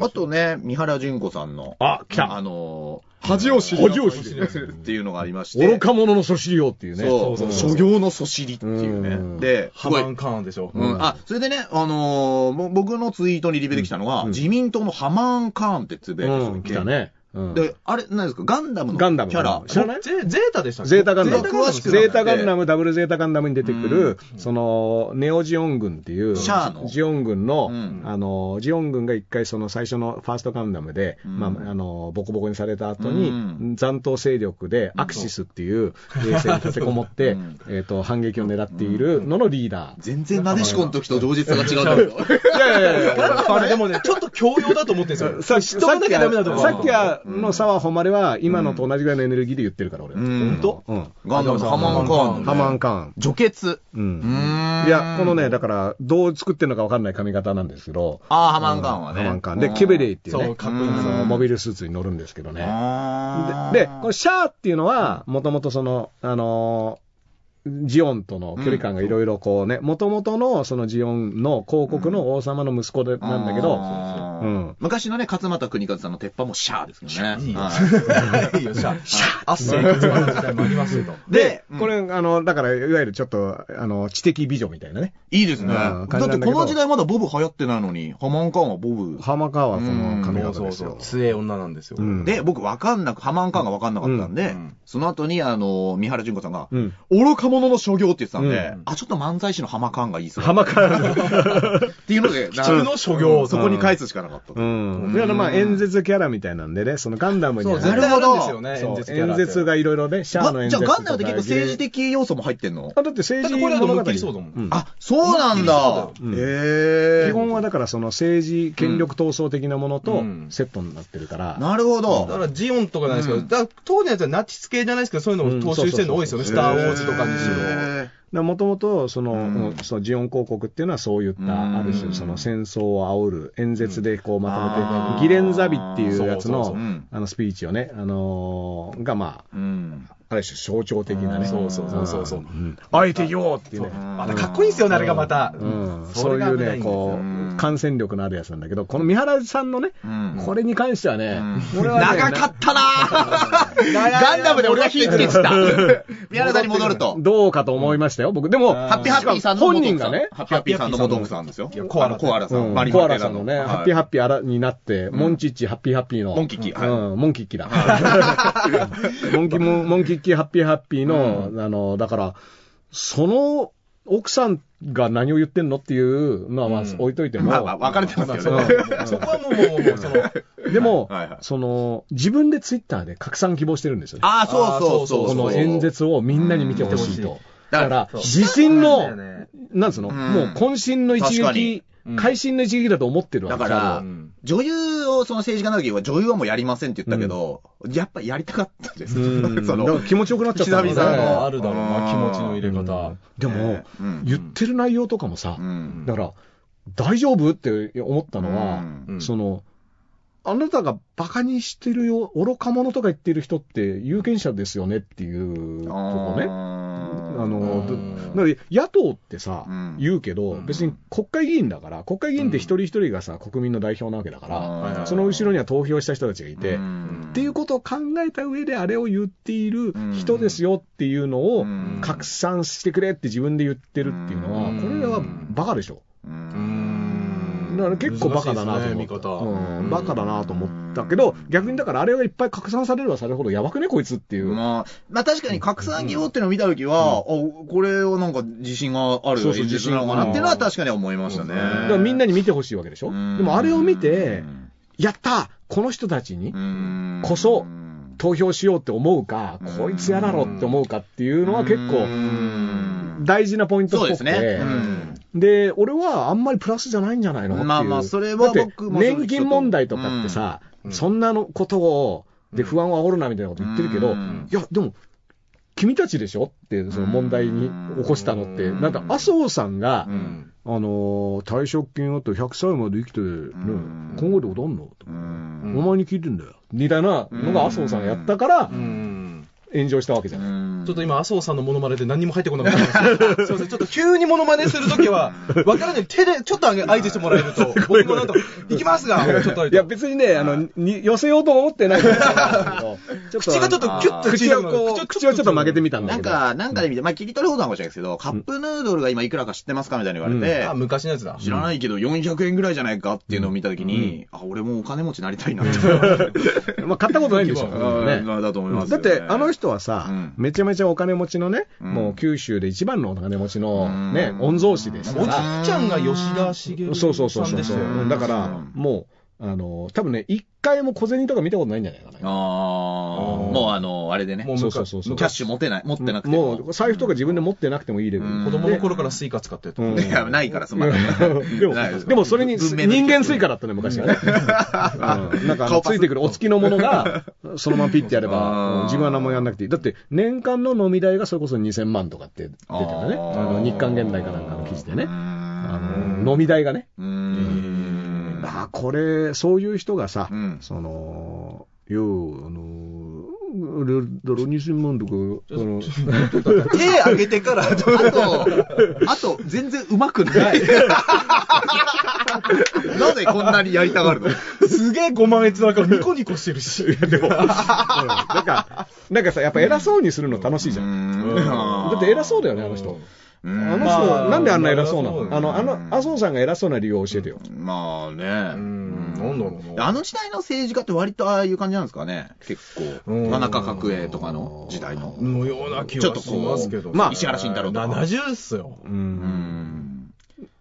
C: あとね、三原淳子さんの、
A: あ、来た
C: あの
A: 恥を知れ恥を知れ
C: ー、っていうのがありまして、
A: 愚か者のそしりよっていうね。
C: そう、
B: そう
C: 所業のそしりっていう
A: うん
C: ね。で、す
B: ハ
C: ご
B: マ
C: い
B: ンカーンでしょ。
C: うんあ、それでね、あのーもう僕のツイートにリベできたのが、
A: うん
C: 自民党のハマーン・カーンってつぶやい
A: う
C: てた
A: ん、
C: ん
A: 来たね。うん
C: で、あれ、何ですか、ガンダムのキ
A: ガンダム。
C: ャラ。
A: 知らない
B: ゼゼータでしたっけ
A: ゼータガンダム。
C: ゼータ詳しくな
A: ゼー
C: い
A: タガンダム、ダブルゼータガンダムに出てくる、その、ネオジオン軍っていう、
C: シャアの
A: ジオン軍の、
C: うん
A: あの、ジオン軍が一回その最初のファーストガンダムで、
C: うん
A: まあ、あの、ボコボコにされた後
C: う
A: に、残党勢力でアクシスっていう衛星に立てこもって、
C: うん
A: えっと、反撃を狙っているののリーダー。
C: 全然なでしこの時と同日が違う
A: *laughs*
C: んだけど。
A: いやいやいや
B: あれでもね、ちょっと強要だと思ってるん
A: *laughs*
B: ですよ。
A: さ
B: 知っとかなきゃダメだと思う。
A: さっきはの沢誉は今のと同じぐらいのエネルギーで言ってるから、俺は。
C: うん
A: ほとうん。
C: ガンダムのハマーン・カーン、
A: ハマンカーン。
C: 除血。
A: う
C: うんー。ん
A: いや、このね、だから、どう作ってるのか分かんない髪型なんですけど、
C: あーハマンカーンはね。
A: ハマンカーン。で、ケベレイっていう
B: そ
A: ね
B: う、、かっこいい
A: あ
B: んですよ
A: のモビルスーツに乗るんですけどね。
C: あー
A: で、でこのシャーっていうのは、もともとその、あのージオンとの距離感がいろいろこうね、もともとのそのジオンの広告の王様の息子でなんだけど、
C: あー
A: うん
C: 昔のね、勝俣国和さんの鉄板もシャーですけどね。
B: いいよ
C: はい
B: いい *laughs* よ、シャー。シャー。あっせー。つまんない時代もありますけど。
A: で
C: で、
A: これ、あの、だから、いわゆるちょっと、あの、知的美女みたいなね。
C: いいですね。
A: うん
C: だって
A: 感じなんだけど
C: この時代まだボブ流行ってないのに、ハマンカーンはボブ。
A: ハマカーはこの髪型ですよ。
B: 強い女なんですよ。
A: うん
C: で、僕わかんなく、ハマンカーンがわかんなかったんで、
B: うん
C: その後に、あの、三原淳子さんが、
A: うん。
C: 愚か者の所業って言ってたんで、
A: う
C: あ、ちょっと漫才師のハマカーンがいいっすね
A: ハマカーは
C: っていうので、普
B: 通の所業
C: そこに返すしかなかった。
A: うん。
B: ん
A: だからまあ演説キャラみたいなんでね、そのガンダムに
B: そ
A: は
B: う、
A: ね
B: 絶対あるんですよね、
A: そう
B: 演説キャ
A: 演
B: ラって
A: 説がいろいろね、シャアの
C: あ
A: 演
C: じゃあ
A: 説とか。
C: ガンダムって結構政治的要素も入ってんの
A: あ、だって政治
B: だってこれだと
A: 物
B: 思い
A: 語
B: っきりそうだもん
C: あ、そうなんだ。
A: うん
C: へ
A: 基
C: え。
A: 本はだからその政治、権力闘争的なものと
B: うん
A: セットになってるから。
C: なる
B: だ
C: ほ
B: か
C: ど。
B: らジオンとかなんですけど、
C: うん
B: だから当時のやつはナチス系じゃないですけど、そういうのを踏襲してるの多いですよね、
A: うん
B: スター・ウォーズとかにしろ。
C: へ
A: もともと、その、う
C: うん
A: んそのジオン広告っていうのはそういった、
C: うん
A: ある種、その戦争を煽る、演説でこうまとめ
C: あー
A: て、ギレンザビっていうやつ
B: そうそう
A: の
C: そううん、
A: あの、スピーチをね、あのーがまあ、
C: ーうん。
A: ある種象徴的なね。
B: そうそうそうそうそうん
A: あえて言おうっていうね。
B: またかっこいいですよね、あれがまた。
A: うん、
B: そ
A: そうい
B: れが
A: う
B: 危な
A: ね、
B: いんですよ
A: こう、
C: うん
A: 感染力のあるやつなんだけど、この三原さんのね、
C: うん
A: これに関してはね、俺はね
C: 長かったな
A: *laughs*
C: ぁガンダムで俺が火つけてた。宮原さんに戻ると。
A: どうかと思いましたよ、僕。でも、
C: ハッピーハッピーさんの
A: 本人がね、
C: ハッピーハッピーさんの元奥さんですよ。
B: いやコアラ
C: あのコアラさ
A: うん
C: ん。マリン
A: コア
C: マ
A: ラ
C: テラ
A: さんのね、ハッピー
C: は
A: ハ
C: い
A: ッピーあらになって、モンチッチ、ハッピーハッピーの。
C: モンキッキはい
A: うん、モンキッキだ。 *laughs* モンキモンモンキッキ、ハッピーハッピーの、あの、だから、その奥さんが何を言ってんのっていうのは、まあ、
B: うん
A: 置いといても。
C: まあまあ、分かれてますけ
A: ま
C: ど
A: あ
C: ね。 *laughs*
B: そこはもう、もうもう、そ
A: *laughs*
B: の、
A: でも、
C: はいはい
A: その、自分でツイッターで拡散希望してるんですよね。
C: ああ、そうそうそう。
A: この演。説をみんなに見てほしいと。
B: うん
A: だから、
B: そう
A: 自信の、
B: そうなんだよね
A: なんつうの、
C: うん
A: もう渾身の一
C: 確か
A: 撃
C: に
B: うん
A: 会心の一撃だと思ってるわ
C: だ
A: け
C: か
A: 多
C: ら
A: 分、
C: 女優を、その政治家の時は女優はもうやりませんって言ったけど、やっぱやりたかったです。
A: うん
C: *laughs* そ
A: だか
C: の
A: ら、気持ちよくなっちゃっ
C: 久
A: た
C: 々
A: んだね
C: の。
B: あるだろうな気持ちの入れ方
A: でも
C: ね、うん
A: 言ってる内容とかもさ、
C: うん
A: だから、大丈夫って思ったのは、
B: うん
A: その、あなたがバカにしてるよ、愚か者とか言ってる人って有権者ですよねっていうとこね。あの、
B: うん
A: だだから野党ってさ、
C: うん
A: 言うけど、
B: うん
A: 別に国会議員だから、国会議員って一人一人がさ、国民の代表なわけだから、
B: ら
A: その後ろには投票した人たちがいて、っていう
C: こ
A: ことを考えた上で、あれを言っている人ですよっていうのを
C: うん
A: 拡散してくれって自分で言ってるっていうのは、
B: うん
A: これはバカでしょ。
C: と。う
B: うんん
A: だから結構バカだなと思
B: 難しい
A: っ
B: です
A: た。
B: ね見方
A: うん、バカだなと思ったけど、逆にだからあれがいっぱい拡散されればされるほどやばくね、こいつっていう。
C: まあ、まあ確かに拡散技法っていうのを見たときは、あ、これをなんか自信がある
A: そうそう
C: 演説なのかなっていうのは確かに思いましたね。
A: だからみんなに見てほしいわけでしょ。で
C: うん
A: もあれを見て、やったこの人たちに
C: うん
A: こそ
C: うん
A: 投票しようって思うか、こいつやだろって思うかっていうのは結
C: う
A: 構
C: ん
A: 大事なポイント
C: そ
A: っ
C: う
A: ぽ
C: で
A: く
C: す
A: て。
C: ね。うん
A: で、俺はあんまりプラスじゃないんじゃないのっていう。
C: まあまあそれは僕
A: だって
C: も
A: 年金問題とかってさ、
B: うん
A: そんなのことを、で、不安を煽るなみたいなこと言ってるけど、
C: うん
A: いや、でも、君たちでしょって、その問題に起こしたのって、
B: うん
A: なんか麻生さんが
C: う、ん
A: あのー退職金あって100歳まで生きて、ね
C: ん
A: 今後で踊んのと、
C: うん
A: お前に聞いてんだよ。みたいなのが麻生さんがやったから
B: う、ん
A: 炎上したわけじゃない。
B: ちょっと今、麻生さんのモノマネで何も入ってこな
A: *laughs*
B: かったんですけどすいません、ちょっと急にモノマネするときは、わからない。手で、ちょっとあげ合図してもらえ
A: *laughs*
B: ると、僕もなんと、行きますが、ちょっと、
A: いや、別にね、あの、に寄せようと思ってないんだ
C: *laughs*
A: けど
B: 口がちょっとキュッと
A: 口
B: 縮
A: を
B: む
A: こう、口をちょっと曲げてみたんだ
C: な
A: け
C: ん
A: ど。
C: か、なんかで見て、まあ、切り取るほどなのかもしれないですけど、カップヌードルが今いくらか知ってますかみたいに言われて
B: あ、、昔のやつだ。
C: 知らないけど400円ぐらいじゃないかっていうのを見たときに、あ、俺もお金持ちになりたいなって。
A: まあ、買ったことないんでしょ。
C: うん
A: ね
C: まあだと思います
A: だ
C: よ
A: っ
C: ね
A: て、あの人はさ、
C: うん
A: めちゃめちゃお金持ちのね、
C: うん
A: もう九州で一番のお金持ちの
C: うん
A: ね、御曹司です
B: お
A: か
B: じいち
A: ら、
B: ゃんが吉田茂
A: そうそうそう
B: さん
A: そう
B: でし
A: そ
B: たよ
A: う。
B: ね。
A: だから
C: うん、
A: もう、あの、多分ね、一回も小銭とか見たことないんじゃないかな。
C: ああ、もうあの、あれでね、
B: も
A: そうそうそうそう
C: キャッシュ持てない、持ってなくて
A: もう財布とか自分で持ってなくてもいいレベル。
C: うん
B: 子供の頃からスイカ使ってた。
A: うん
C: いや、ないから、そんなの。
A: でも、
C: ないです
A: でもそれに、
C: 文明の
A: 人間スイカだったね、昔
C: *laughs*
A: はね。うんなんかあの、
C: 顔パス
A: ついてくるお付きのものが、そのままピッてやれ
C: あ
A: ば
C: ー、
A: 自分は何もやんなくていい。だって、年間の飲み代がそれこそ2000万とかって出てたね。あの、日韓現代かなんかの記事でね。あの、飲み代がね。
C: うーん。
A: ああ、これ、そういう人がさ
C: うん、
A: その、よう、あの、ルドル2000万とか、あの、
B: 手あげてから、
C: あと、あと、全然上手くない。なぜこんなにやりたがるの
B: すげえご満悦な顔、ニコニコして
A: *laughs*
B: るし。で
A: う
B: も、
A: んなんか、なんかさ、やっぱ偉そうにするの楽しいじゃん。だって偉そうだよね、あの人。
C: う
A: あ
C: ん
A: の人、
B: まあ
A: なんであんな偉そうな
B: まあ偉そう
A: の
B: だ
A: あ
B: よね
A: の、あの、麻生さんが偉そうな理由を教えてよ。
C: まあね。
B: んなんだろうな
C: あの時代の政治家って割とああいう感じなんですかね結
B: う
C: 構。
B: ん
C: 田中角栄とかの時代の。
B: のような気
C: ちょっ
B: は
C: と
B: し
C: こう
B: ますけど。
A: まあ
C: 石原慎太郎とか
B: 70っすよ。
C: うん。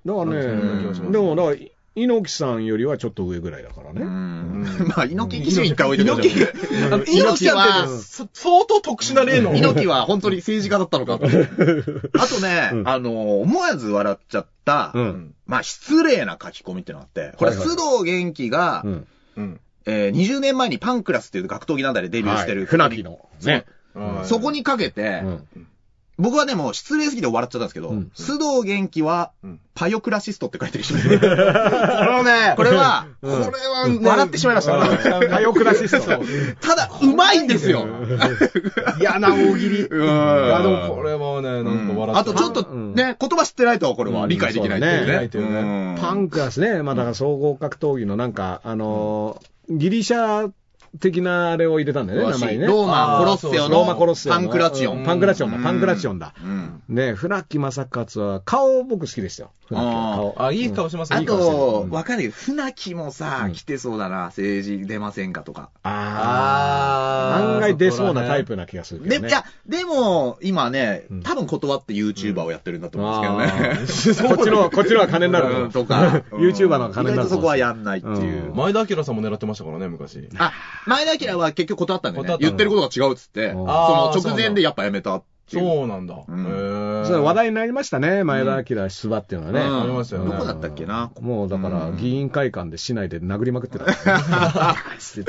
A: だから
B: なんかそんな気がし
A: ね、
B: ます
A: でも、だから、猪木さんよりはちょっと上ぐらいだから
C: う
A: ね。
C: ん *laughs* まあ、猪木基準一回置いてください。
B: あの猪木さんってねそ相当特殊な例の。
C: 猪木は本当に政治家だったのかって。あとね、あの、思わず笑っちゃった、
A: うん。
C: まあ、失礼な書き込みってのがあって、これ、
A: はいはい
C: 須藤元気が、
A: うん。
B: うん。
C: えー20年前にパンクラスっていう格闘技団体でデビューしてる、
A: はい船木の。ね。
B: はい
C: そこにかけて、
A: うん
C: 僕はでも失礼すぎて笑っちゃったんですけど、
A: うん
C: 須藤元気は
B: うん、
C: パヨクラシストって書いてる人。これね、これは、これは笑ってしまいました。
A: 火曜クラシスト。
C: ただ、うまいんですよ。
B: 嫌な大喜利。い
C: うん
B: や、でもこれはね、なんか笑
C: あとちょっと
A: うん
C: ね、言葉知ってないと、これは理解できないっていうね。
B: うんそうだね
C: うん
A: パンクラスね、まあだから総合格闘技のなんか、あのー、ギリシャ的なあれを入れたんだよね、名前にね。
C: ローマ・コロッセオ
B: ロ
C: の
A: ーマコロッセオの
C: パンクラチオ
A: う
C: ン。
A: んパンクラチオンだ
C: うん
A: パンクラチオンだ
C: うん
A: ね、船木正勝は、顔僕好きでしたよ。船木
C: あー
A: の顔。
B: あ、いい顔してますね。
C: あ
B: いい顔してる
C: と、わかるよ。船木もさ
A: う、ん
C: 来てそうだな。政治出ませんかとか。
A: ああ、
B: あー
A: 案外出そうなタイ。
B: こ
A: プな気がするけ
C: で、
A: ど
C: い
A: ね。
C: や、でも、今ね
A: うん、
C: 多分断って YouTuber をやってるんだと思うんですけど
A: あー
C: ね。 *laughs*
A: こっちの、こっちのは金にな
C: う
A: る。
C: ん *laughs* とか
A: YouTuber の金
C: 意
A: になる
C: 外とそこはやんないっていう
B: ら
A: ん
B: ね前田明さんも狙ってましたからね、昔。
C: あ、前田明は結局断ったんだよ
B: 断
C: ね
B: っ。た
C: 言ってることが違うっつって、そ
A: ん
C: の
B: あー
C: 直前でやっぱやめたっっていう。
B: そうなんだ。へ
C: うん
B: ー
A: それ話題になりましたね、前田明出馬っていうのはね。
C: うん
B: ありましたよね
C: どこだったっけな
A: もうだから、
C: うん
A: 議員会館で市内で殴りまく
C: *laughs*
A: ってた。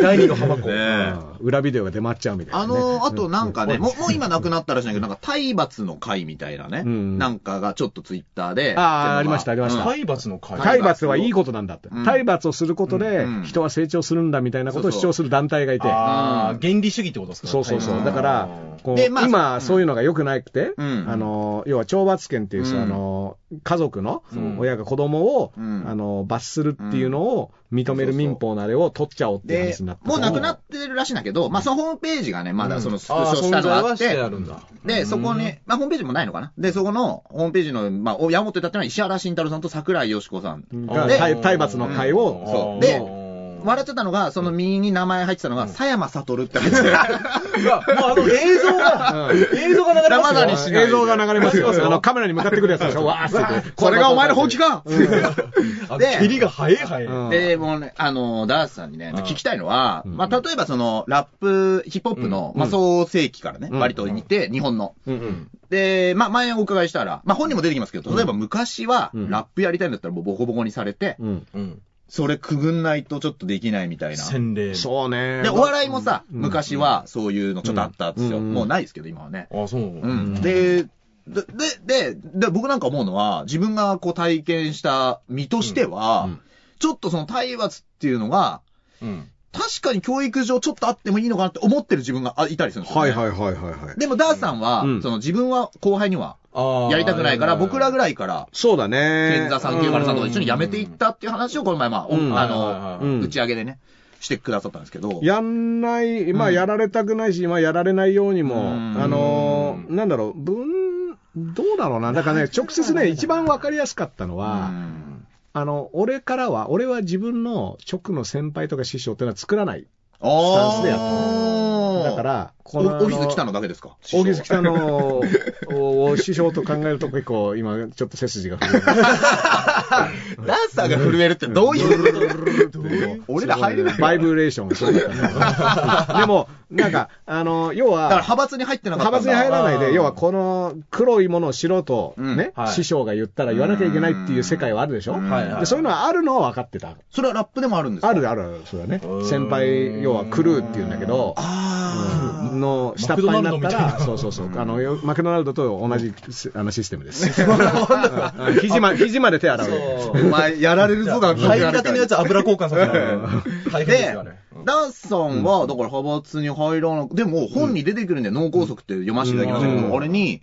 B: 第二の浜子。
C: ねえ
A: うん裏ビデオが出回っちゃうみたいな、ね。
C: あの、あとなんかね、もうもう今なくなったらしいんだけど、なんか体罰の会みたいなね、
A: うん
C: なんかがちょっとツイッターで。
A: あーありましたありました
C: うん
B: 体罰の会。
A: 体罰はいいことなんだって、
C: うん
A: 体罰をすることで
C: うん
A: 人は成長するんだみたいなことを主張する団体がいて、
B: ああ
C: うん、
B: 原理主義ってことですか
A: そうそうそう、
C: うん
A: だからこう、
C: でまあう
A: 今、
C: ん
A: そういうのが良くなくて、
C: うん
A: あの要は懲罰権っていうさ、
C: うん
A: あの家族の
B: うん
A: 親が子供を、
C: うん
A: あの罰するっていうのを認める民法のあれを取っちゃおうっていう
C: で
A: 話になっ、て
C: もうなくなってるらしいんだけど、まあ、そのホームページがね、まだそのスクシ
B: あ
C: ョ
B: あ、
C: し
B: 存
C: た
B: 在
C: のがあ
B: は
C: っ
B: して
C: て、
B: あるんだ。
C: で、そこ
B: う
C: に
B: ん、
C: まあ、ホームページもないのかなで、そこの、ホームページの、まあ、お山本だったのは石原慎太郎さんと桜井よし子さん。
A: が
C: で
A: 体体罰の会を、
C: んそう
B: あー
C: で笑
B: 笑
C: ってたのが、その右に名前入ってたのが、佐山悟って入って
A: *laughs*
B: っいや、もうあの映像が、 *laughs* 映像が流れます
C: 生だ
B: よ
C: にしないで
A: 映像が流れます
B: そうそ
A: よ、
B: う
A: あのカメラに向かってくるやつでしょ、わーっつって
C: た。これがお前の本気か
B: あ
C: で
B: 霧が早い早い。
A: うん
C: で、もうね、あの、ダースさんにね、
B: うん
C: 聞きたいのは、
A: うん
C: まあ、例えばその、ラップ、ヒップホップの、
A: うん
C: まあ、創世期からね、
A: うん
C: 割と似て、日本の。
A: うんうん
C: で、まあ、前お伺いしたら、まあ、本にも出てきますけど、例えば昔は、
A: うん
C: ラップやりたいんだったらもうボコボコにされて、
A: うん
B: うん。
C: それくぐんないとちょっとできないみたいな。
B: 洗礼。
A: そうね。
C: で、お笑いもさ、
A: うん
C: 昔はそういうのちょっとあったんですよ。
A: うん
C: もうないですけど、今はね。
B: あ、そう。
C: う
A: うん
C: ん。で、で、で、で、で僕なんか思うのは、自分がこう体験した身としては、
A: うんうん
C: ちょっとその体罰っていうのが、
B: うん。
C: 確かに教育上ちょっとあってもいいのかなって思ってる自分があいたりするんですよ、
A: は
C: ね。
A: いはいはいはいはい。
C: でも、ダースさんは、
A: うん
C: その自分は後輩には
B: ああ。
C: やりたくないから、僕らぐ
B: い。
C: らいから、
A: そうだね。
C: ケンザさん、ケンバラさんとか一緒にやめていったっていう話を、この前、まあ、お
A: うん
B: は
C: あ
B: いはい
C: の、
B: はい
A: うん
C: 打ち上げでね、してくださったんですけど。
A: やんない、ま
C: う
A: あ、
C: ん
A: やられたくないし、まあ、やられないようにも、
C: うん
A: あのー、なんだろう、分、どうだろうな。だからね、直接ね、一番わかりやすかったの
C: う
A: は、
C: ん
A: あの、俺からは、俺は自分の直の先輩とか師匠っていうのは作らない。
C: あー
A: スタンスでやっただから、
C: お
A: こ
C: オ
A: の、
C: フィス来たのだけですか
A: 大木月さんのおお師匠と考えると結構今ちょっと背筋が震える
C: ダンサーが震えるってどういう。俺ら入れない。
A: バイブレーションがすごかった
C: *laughs*
A: ねでもなんかあの要
C: だ
A: は
C: から派閥に入ってなかった
A: 派閥
C: んだ。
A: に入らない
B: あ
A: で、
B: ー
A: 要はこの黒いものを白と
C: うん
A: ね、
B: はい
A: 師匠が言ったら言わなきゃいけないっていう世界はあるでしょ、
C: うん
B: はいは
A: でそういうのはあるのは分かってた。
C: それはラップでもあるんですか
A: あるあるある、そうだね
B: う。ん
A: 先輩、要はクルーっていうんだけど、
C: あー
A: うんの下っ端になった
B: マクドナルドみたい
A: ら、
B: な
A: そうそうそう、あのよマクドナルドと同じすあのシステムです。うんあの肘ま肘まで手洗う。
B: そう。
C: お前、やられるぞが
B: 入りたてのやつ油交換させる。大変です
C: で
B: よね。、
C: ダンさんは、だから派閥に入らなく、でも本に出てくるんで脳梗塞って読ませていただきましたけ
A: うん
C: ど、あれに、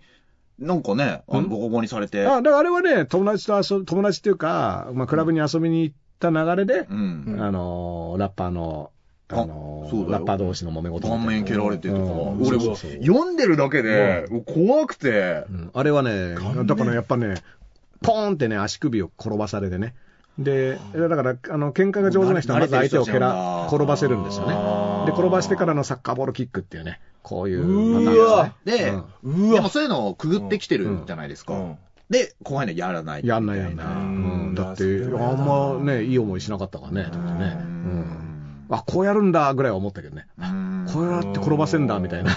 C: なんかね、あ
A: う
C: の
A: ん
C: ボコボコにされて。
A: あだからあれはね、友達と遊ぶ友達っていうか、まあ、クラブに遊びに行った流れで
C: う、ん。
A: あのーラッパーの、あのー
C: あそうだよ
A: ラッパー同士の揉め事みたい
C: 顔
A: な
C: 面蹴られてとか。
A: うん
C: 俺、
A: そうそうそう
C: 読んでるだけで、怖くて。
A: うんあれはね、だからやっぱね、ポーンってね、足首を転ばされてね。で、だから、あの、喧嘩が上手な人はまず相手を蹴ら、
C: 慣れてる人たちなんだ
A: 転ばせるんですよね
B: あ。ー
A: で、転ばしてからのサッカーボールキックっていうね、こういう
B: うー
A: パターンですね
B: わ。
C: で、
A: うん
B: う
C: でも
B: わ。
C: そういうのをくぐってきてるじゃないですか。
B: うん
C: で、後輩にはやらない。
A: やんないやんない。う
B: うん
A: ん、だって、
B: いやそれは
A: あ
B: やだ
A: んまね、いい思いしなかったからね、当時ね。うん。あ、こうやるんだ、ぐらいは思ったけどね。こうやって転ばせんだ、みたいな。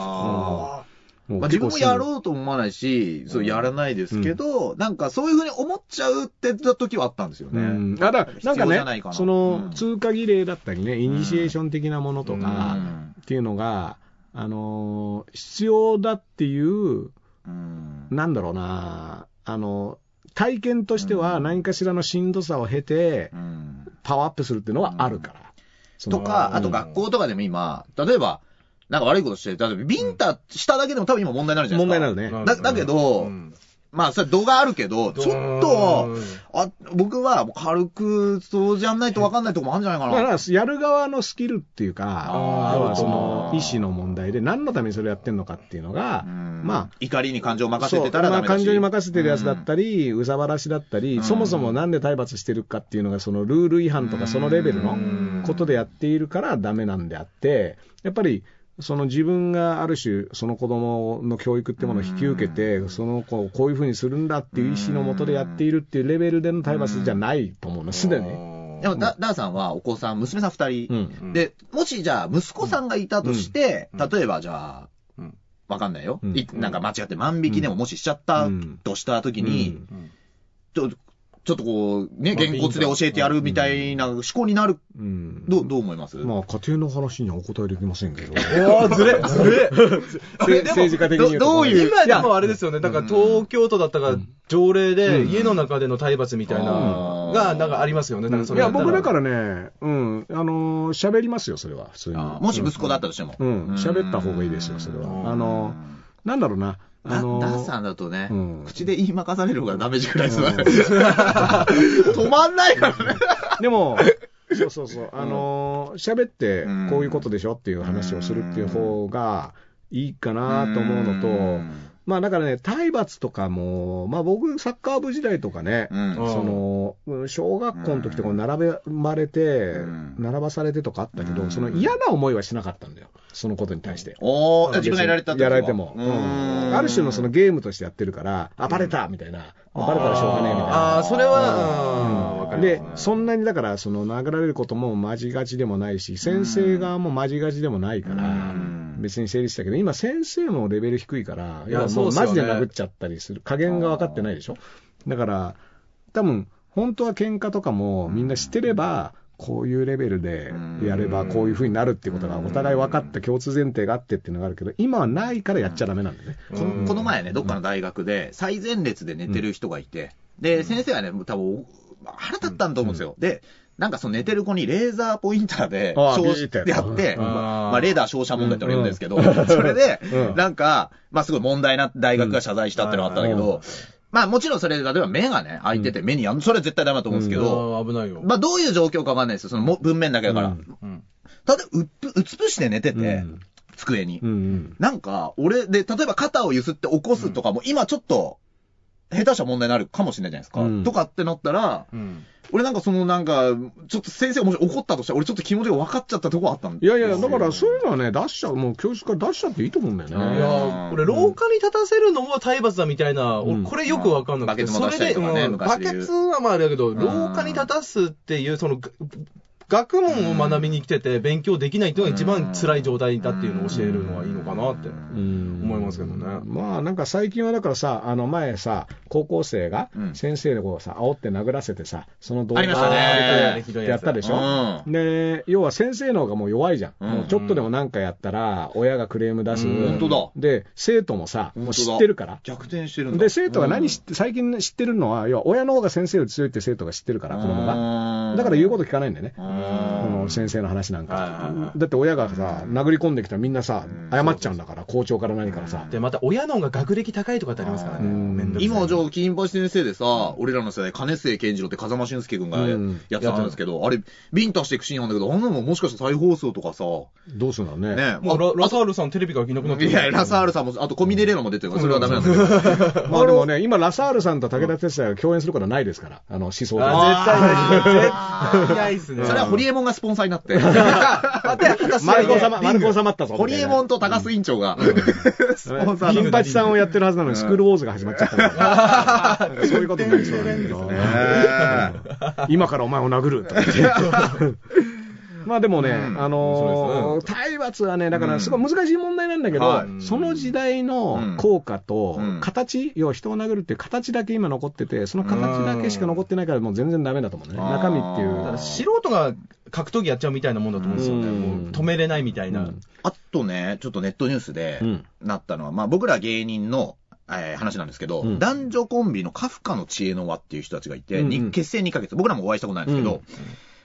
C: あ
A: もう
C: まあ、自分もや
A: う。
C: ろうと思わないし、そうやらないですけど、なんかそういうふうに思っちゃうってた時はあったんですよ
A: う
C: ね。
A: ん、あだから
C: 必要じ
A: なん
C: ゃ
A: か
C: な
A: ね
C: いか、な
A: その、
C: うん
A: 通過儀礼だったりね、イニシエーション的なものと
B: う
A: か、
C: ん
A: っていうのが、あのー必要だっていう、
C: うん
A: なんだろうな、あの体験としては
C: うん
A: 何かしらのしんどさを経て
C: う、ん
A: パワーアップするっていうのはあるから。その
C: とか、あ
A: う
C: と
A: ん
C: 学校とかでも今、例えば、なんか悪いことして、例えばビンタしただけでも多分今問題になるじゃない
A: 問
C: で
A: 題
C: す
A: にな
C: か。
A: るね。
B: な
C: だだけど
B: うん
C: まあ、それは度があるけど、ちょっと、あ僕は軽くそうじゃないと分かんないとこもあるんじゃないか
A: だ
C: な。
A: から、やる側のスキルっていう
B: あ
A: か、
B: ー
A: 要はその、意思の問題で、何のためにそれやってんのかっていうのが、ま
C: まあ、怒りに感情を
A: あ、
C: 任せてたら
A: そう
C: ダ
A: まあ
C: メだし、
A: 感情に任せてるやつだったり、うざばらしだったり、
C: うん
A: そもそもなんで体罰してるかっていうのが、そのルール違反とか、そのレベルの
C: うん
A: ことでやっているからダメなんであって、やっぱり、その自分がある種、その子供の教育ってものを引き受けて、その子をこういうふうにするんだっていう意思のもとでやっているっていうレベルでの体罰じゃないと思うの、すでに。
C: でもダ、ダーさんはお子さん、娘さん二
A: う
C: 人、
A: ん。
B: うん
C: で、もしじゃあ、息子さんがいたとして、
B: うん
C: 例えばじゃあ、
B: うん
C: わかんないよ、
A: うん
C: いなんか間違って万引きでももししちゃった
A: うん
C: とした時に、
A: うん
B: うん
C: ちょちょっとこう、ね、
B: まあ
C: げんこつで教えてやるみたいな思考になる、
A: うん
C: どうどう思います、
A: まあ、家庭の話にはお答えできませんけ
C: *laughs*
A: ど。
B: おー、ずれ、ずれ。あれ
A: せ
B: でも
A: 政治家的に言うと
C: どどういう
B: 今でもあれですよね、だから東京都だったから条例で、家の中での体罰みたいな、
C: うん
B: が、なんかありますよね、なんかそ
A: い
B: れ
A: や、僕だ
B: ら。
A: からね、うん、あのー、喋りますよ、それは、普通に。
C: あーもし息子だったとしても。
A: うん、喋った方がいいですよ、それ
B: うん
A: は。あのー、なんだろうな、あ
C: あ
A: の
C: の
A: ー、
C: ダーさんだとね、
A: うん
C: 口で言いまかされる方がダメージくらいですわ *laughs* 止まんないからね。
A: でも、そうそうそう、あのー、喋って、こういうことでしょっていう話をするっていう方がいいかなと思うのと、まあだからね、体罰とかも、まあ僕、サッカー部時代とかね、
C: うん
B: うん
A: そのうん小学校の時とか並べまれて
C: うん、
A: 並ばされてとかあったけ
C: う
A: ど、
C: ん
A: その嫌な思いはしなかったんだよ、そのことに対して。
C: おー、自分がやられた時は
A: やられても、うん
C: うん
A: ある種のそのゲームとしてやってるから、あ、バレたみたいな、あバレたらしょうがねえみたいな。
B: あー、それは、うんわかり
A: で
B: ま、すね
A: そんなにだから、その殴られることもまじがちでもないし、先生側もまじがちでもないから
C: うん、
A: 別に成立したけど、今、先生もレベル低いから、
B: いや
A: 要はも
B: そううっすよ
A: マジ
B: ね
A: で殴っちゃったりする、加減が分かってないでしょ。だから、多分本当は喧嘩とかもみんな知ってれば、こういうレベルでやれば、こういうふうになるっていうことが、お互い分かった共通前提があってっていうのがあるけど、今はないからやっちゃだめなんだね。
C: このこの前ね、どっかの大学で、最前列で寝てる人がいて、で、先生はね、多分、腹立ったんだと思うんですよ。で、なんかその寝てる子にレーザーポインターで、
A: あー
C: 照
A: ビシッてやる
C: やって、
A: うん
C: まあ、レーダー照射問題ってのを言うんですけど、それで
A: う、ん
C: なんか、まあ、すごい問題な大学が謝罪したってのがあったんだけ
A: うんう
C: ど、まあ、もちろんそれ、例えば目がね、開いてて目にやん、それは絶対ダメだと思うんですけど、
B: あー危ないよ。
C: まあ、どういう状況かわかんないですよ。そのも文面だけだから。
A: うん
B: うん
C: ただ、うっぷ、うつぶして寝て
A: う
C: て
A: ん、
C: 机に
A: うん。うん
C: なんか、俺で、例えば肩を揺すって起こすとかも、今ちょっと、下手した問題になるかもしれないじゃないですか。
A: うん
C: とかってなったら、
B: うん
C: 俺なんかそのなんか、ちょっと先生がもし怒ったとしたら、俺ちょっと気持ちが分かっちゃったとこあったん
A: いやいや、だからそういうのはね、出しちゃう、もう教室から出しちゃっていいと思うんだよね。
C: う
B: い
C: ん
B: やー俺、廊下に立たせるのも体罰だみたいな、
A: うん
B: 俺これよくわかんなくて、
C: うん
B: そ
C: バケツ持た
B: れ
C: せた
B: で、
C: りとかね
B: うん
C: 昔
B: バ
C: で言
B: ケ
C: う
B: ツはまああれだけど、
C: ん
B: 廊下に立たすっていう、その、が学問を学びに来てて、勉強できないっていうのが一番辛い状態だっていうのを教えるのはいいのかなって。思
A: 思
B: いますけどね
A: まあなんか最近はだからさ、あの前さ、高校生が
C: うん
A: 先生でこうさ、煽って殴らせてさ、その動画
C: ありましたね
A: あれやったでしょ。
C: うん
A: で、要は先生の方がもう弱いじゃん。
C: うん
A: もうちょっとでもなんかやったら、親がクレーム出す。
B: うん
C: 本当
A: で、生徒もさ、
C: だ。
A: もう知ってるから。
C: 逆転してるんだ。
A: で、生徒が何知って、最近知ってるのは、要は親の方が先生より強いって生徒が知ってるから、子供が。
C: が
A: だから言うこと聞かないんだよね。
C: と
A: この先生の話なん
B: はいはいは
A: か。だって親がさ、殴り込んできたらみんなさ、謝っちゃうんだから、校長から何からさ。
B: で、また親の方が学歴高いとかってありますからね。
A: うん
B: めんどくさい
C: 今、じゃあ、金八先生でさ、俺らの世代、金末健次郎って風間俊介君が
A: うん
C: やってたんですけど、あれ、ビンタしていくシーンなんだけど、あんなのもしかしたら再放送とかさ、
A: どうするんだろうね。
C: ね、
B: もうララサールさんテレビがいなくなって
C: いや、ラサールさんも、あとコミデレロも出てるから、それはダメなんだけど。
A: まあでもね、今、ラサールさんと武田鉄矢が共演することはないですから、あの思想が。
B: あー絶対ない。絶対ないっすね。
C: それはホリエモンがスポンサーになって。
A: 丸く収ま丸く収まったぞ。
C: ホリエモン
A: と
C: と高須委員長が、スポンサー
A: 金
C: になって。
A: 八さんをやってるはずなのに、スクールウォーズが始まっちゃったから。 *laughs* そういうことになりそうなんだけど。
C: *laughs*
A: 今からお前を殴るとか言ってまあでもね、
C: うん
A: あのー体罰はね、だからすごい難しい問題なんだけど、
C: はい
A: その時代
C: うん
A: の効果と
C: うん
A: 形、要は人を殴るっていう形だけ今残ってて、その形だけしか残ってないから、もう全然ダメだと思うね。
C: あー
A: 中身っていう。
B: だから素人が格闘技やっちゃうみたいなもんだと思うんですよね。
A: うん
B: もう止めれないみたいな。
A: うん
C: あとね、ちょっとネットニュースで
A: うん
C: なったのは、まあ僕ら芸人の、えー話なんですけど、
A: うん
C: 男女コンビのカフカの知恵の輪っていう人たちがいて、
A: うんうん
C: に結成2ヶ月、僕らもお会いしたことないんですけ
A: う
C: ど、
A: ん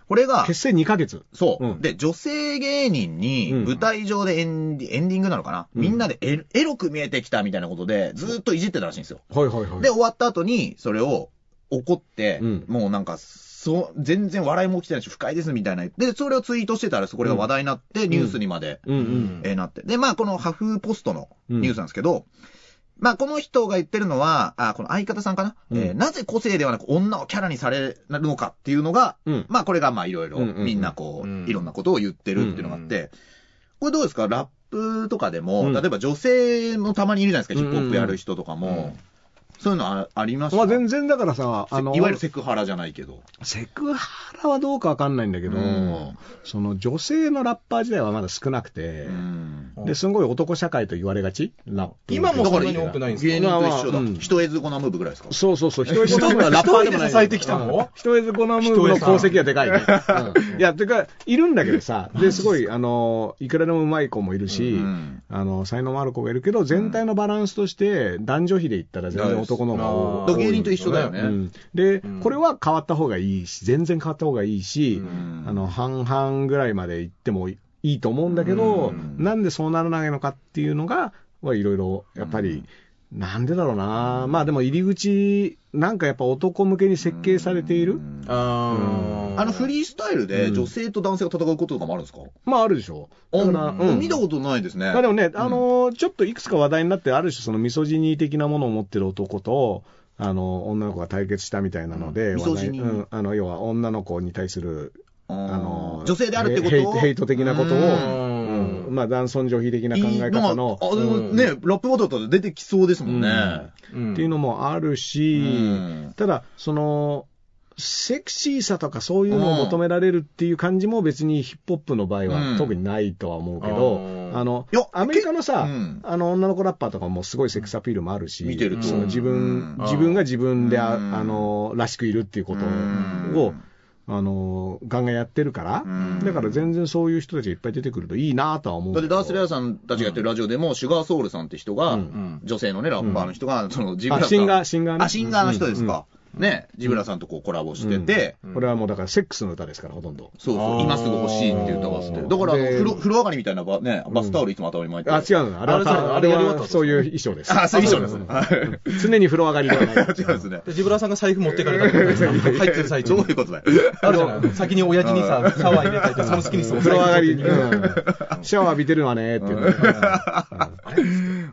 C: これが、
A: 結成2ヶ月。
C: そう、
A: うん
C: で、女性芸人に、
A: うん
C: 舞台上でエンディエンディングなのかな、
A: うん
C: みんなでエロエロく見えてきたみたいなことで、ずーっといじってたらしいんですよ。
A: はいはいはい。
C: で、終わった後に、それを怒って、
A: うん
C: もうなんか、そう、全然笑いも起きてないし、不快ですみたいな。で、それをツイートしてたら、これが話題になって、ニュースにまで、
A: うんうん。
C: えーなって。で、まあ、このハフポストのニュースなんですけど、まあ、この人が言ってるのは、あ、この相方さんかな、
A: うん
C: えーなぜ個性ではなく女をキャラにされるのかっていうのが、
A: うん
C: まあ、これがまあ、いろいろ、
A: うんうんうん
C: みんなこう、
B: うん
C: いろんなことを言ってるっていうのがあって、これどうですかラップとかでも、
A: うん
C: 例えば女性もたまにいるじゃないですか、ヒップホップやる人とかも。
B: うん
C: そういうのあありました
A: まあ、全然だからさ、あの
C: いわゆるセクハラじゃないけど。
A: セクハラはどうかわかんないんだけど、
C: うん
A: その女性のラッパー自体はまだ少なくて、
C: うん
A: ですんごい男社会と言われがち、ラップ
B: 今も
C: だか
B: そん
C: ら
B: なに多くないんです
C: 芸人
A: まあ
C: と
A: まあ
C: 一緒だ。
A: うん
C: 人絵図コナムーブぐらいですか
A: そうそうそう、一人
B: か
A: で
B: 一人で
A: ラッパーでもない
B: 支えてきたの
A: 一重コナムーブの功績はでかいね。うんいや、てか、いるんだけどさ、で、すごい、あの、いくらでもうまい子もいるし
C: うん、
A: あの、才能もある子がいるけど、全体のバランスとして、男女比で言ったら全然男の方
B: あ
A: が
C: だ
B: ー
A: 多
C: から
A: い。
C: 芸人と一緒だよね。
A: うん、で、
B: うん
A: これは変わった方がいいし、全然変わった方がいいし、
C: ん
A: あの半々ぐらいまで行ってもいいと思うんだけど、
C: うん
A: なんでそうならないのかっていうのが、はいろいろやっぱり、なんでだろうな、まあでも入り口、なんかやっぱ男向けに設計されている、
C: うん
B: あ
C: あのフリースタイルで
A: うん
C: 女性と男性が戦うこととかもあるんですか、
A: まああるでしょ。だから、
C: あ
A: うん
C: 見たことないですね。
A: まあでもね、あのーちょっといくつか話題になって、ある種、そのミソジニー的なものを持ってる男と、あの女の子が対決したみたいなので、
C: うん
A: 話題
C: ミソジニー
A: うんあの要は女の子に対する、
C: あ
A: あの
C: の
A: ー
C: 女性であるってこと
A: ヘイヘイヘイト的なことを、
C: うん
A: うんまあ、男尊女卑的な考え
C: い
A: 方
C: いの
A: の
C: が。あでもね、ラップバトルだったら出てきそうですもんね。
A: っていうのもあるし、
C: うん
A: ただ、その、セクシーさとかそういうのを求められるっていう感じも別にヒップホップの場合
C: うん
A: は特にないとは思うけど、
B: うん
A: あの
C: いや、
A: アメリカのさ、
C: うん
A: あの女の子ラッパーとかもすごいセックスアピールもあるし、
C: 見てると
A: その自分
C: う、ん
A: 自分が自分であ、
C: うん
A: あの、らしくいるっていうことを、あの、ガンガンやってるから、
C: うん
A: だから全然そういう人たちがいっぱい出てくるといいなとは思う
C: だ
A: け
C: って
A: ど。
C: ダース・レアさんたちがやってるラジオでも、シュガーソウルさんって人が、
A: うん
C: 女性のね、ラッパーの人が、そのジブラ
A: あ
C: さん。
A: シンガー、シンガーね
C: あ、シンガーの人ですか。ね、ジブラさんとこうコラボしてて、
A: これはもうだからセックスの歌ですから、ほとんど。
C: そう
B: あ
C: そう、
B: ー
C: 今すぐ欲しいっていう歌わせて。だからあの、
A: で
C: 風呂風呂上がりみたいなバ,、ね、バスタオルいつも頭に巻いてる
A: あ、違うの。あれはた、
B: あ
A: あ
B: れ
A: れ
B: はあれは
A: はそういう衣装です。
C: あ、そういう衣装です。はい
A: 常に風呂上がりではない。
C: 違 *laughs* うんですね。
B: でジブラさんが財布持ってかれたってことですか入ってる最中
C: どう
B: に
C: いうことだよ。
B: あるじゃない先に親父にさシャワー入れたいとサムスキにその
A: 風呂上がり、
B: 財布
A: う
B: 持って
A: んシャワー浴びてるわねっていうね。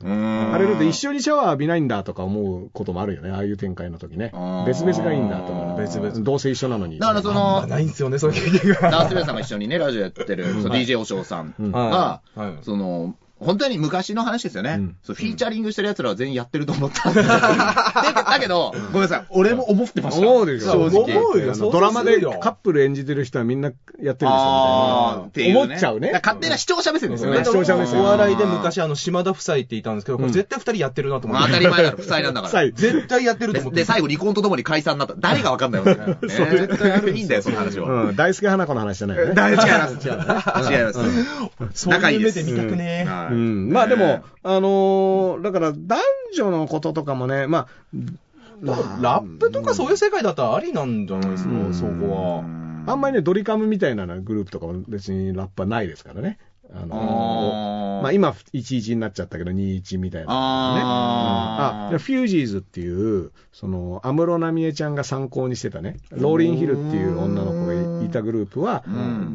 C: うん
A: あれだって一緒にシャワー浴びないんだとか思うこともあるよね。ああいう展開の時ね
C: あー。
A: 別々がいいんだとか。
B: 別々
A: どうせ一緒なのに。
C: だからその
B: あ、ないんですよねそういう経験が
C: ダース・レアさんが一緒にね、ラジオやってる、その DJ お尚さんが
B: は、いはい
C: その、本当に昔の話ですよね。
A: うん
C: そうフィーチャリングしてる奴らは全員やってると思った。でだけど、ごめんなさい、俺も思ってました。
A: 思うでしょ
C: 正直。
B: 思うよ
A: あの
B: そう
A: ドラマで
B: そうするよ
A: カップル演じてる人はみんなやってるでし
C: あ
A: ょ
C: ーっ
A: み
C: て
A: た
C: い
A: いうな。
C: ね。
A: 思っちゃうね。
C: だから勝手な視聴者目線ですよね。
A: 視聴者目線
B: お笑いで昔、あの、島田夫妻っていたんですけど、これ絶対二人やってるなと思
C: まあ
B: っ
C: 当た
B: て。
C: り前だろ、負債なんだから。
A: 最後
B: 絶対やってると
C: で
B: 思って。
C: で、最後離婚とともに解散になった。誰がわかんないわけだよね。絶対あるいいんだよ、その話は。
A: うん大輔花子の話じゃないよね。
C: 大違います。違います。
B: そう
C: 仲
B: い
C: いうい
B: 目
C: で。
B: です見たくねえ。
C: はい
A: うん、まあでも、あのーだから男女のこととかもね、ま
B: だから
A: あ、
B: ラップとかそういう世界だったらありなんじゃないですか、そこは。
A: あんまりね、ドリカムみたいなグループとかも別にラッパーないですからね。あの
C: あー
A: まあ、今、11になっちゃったけど、21みたいな、ね。
C: あー
A: うんあでフュージーズっていう、その、安室奈美恵ちゃんが参考にしてたね、ローリンヒルっていう女の子がいたグループは、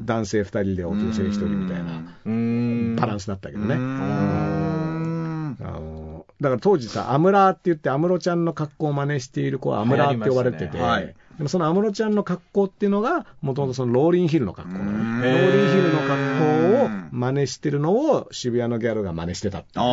A: 男性2人で女性1人みたいな
B: うーん。
A: バランスだったけど
C: うー
A: ね。
C: ん
A: あのだから当時さ、アムラーって言って、安室ちゃんの格好を真似している子はアムラーって呼ばれて
B: 流行
A: て、
B: り
C: ましたねはい
A: でもその安室ちゃんの格好っていうのが、もともとそのローリンヒルの格好なの
C: うん
A: ねローリンヒルの格好を真似してるのを渋谷のギャルが真似してたっていう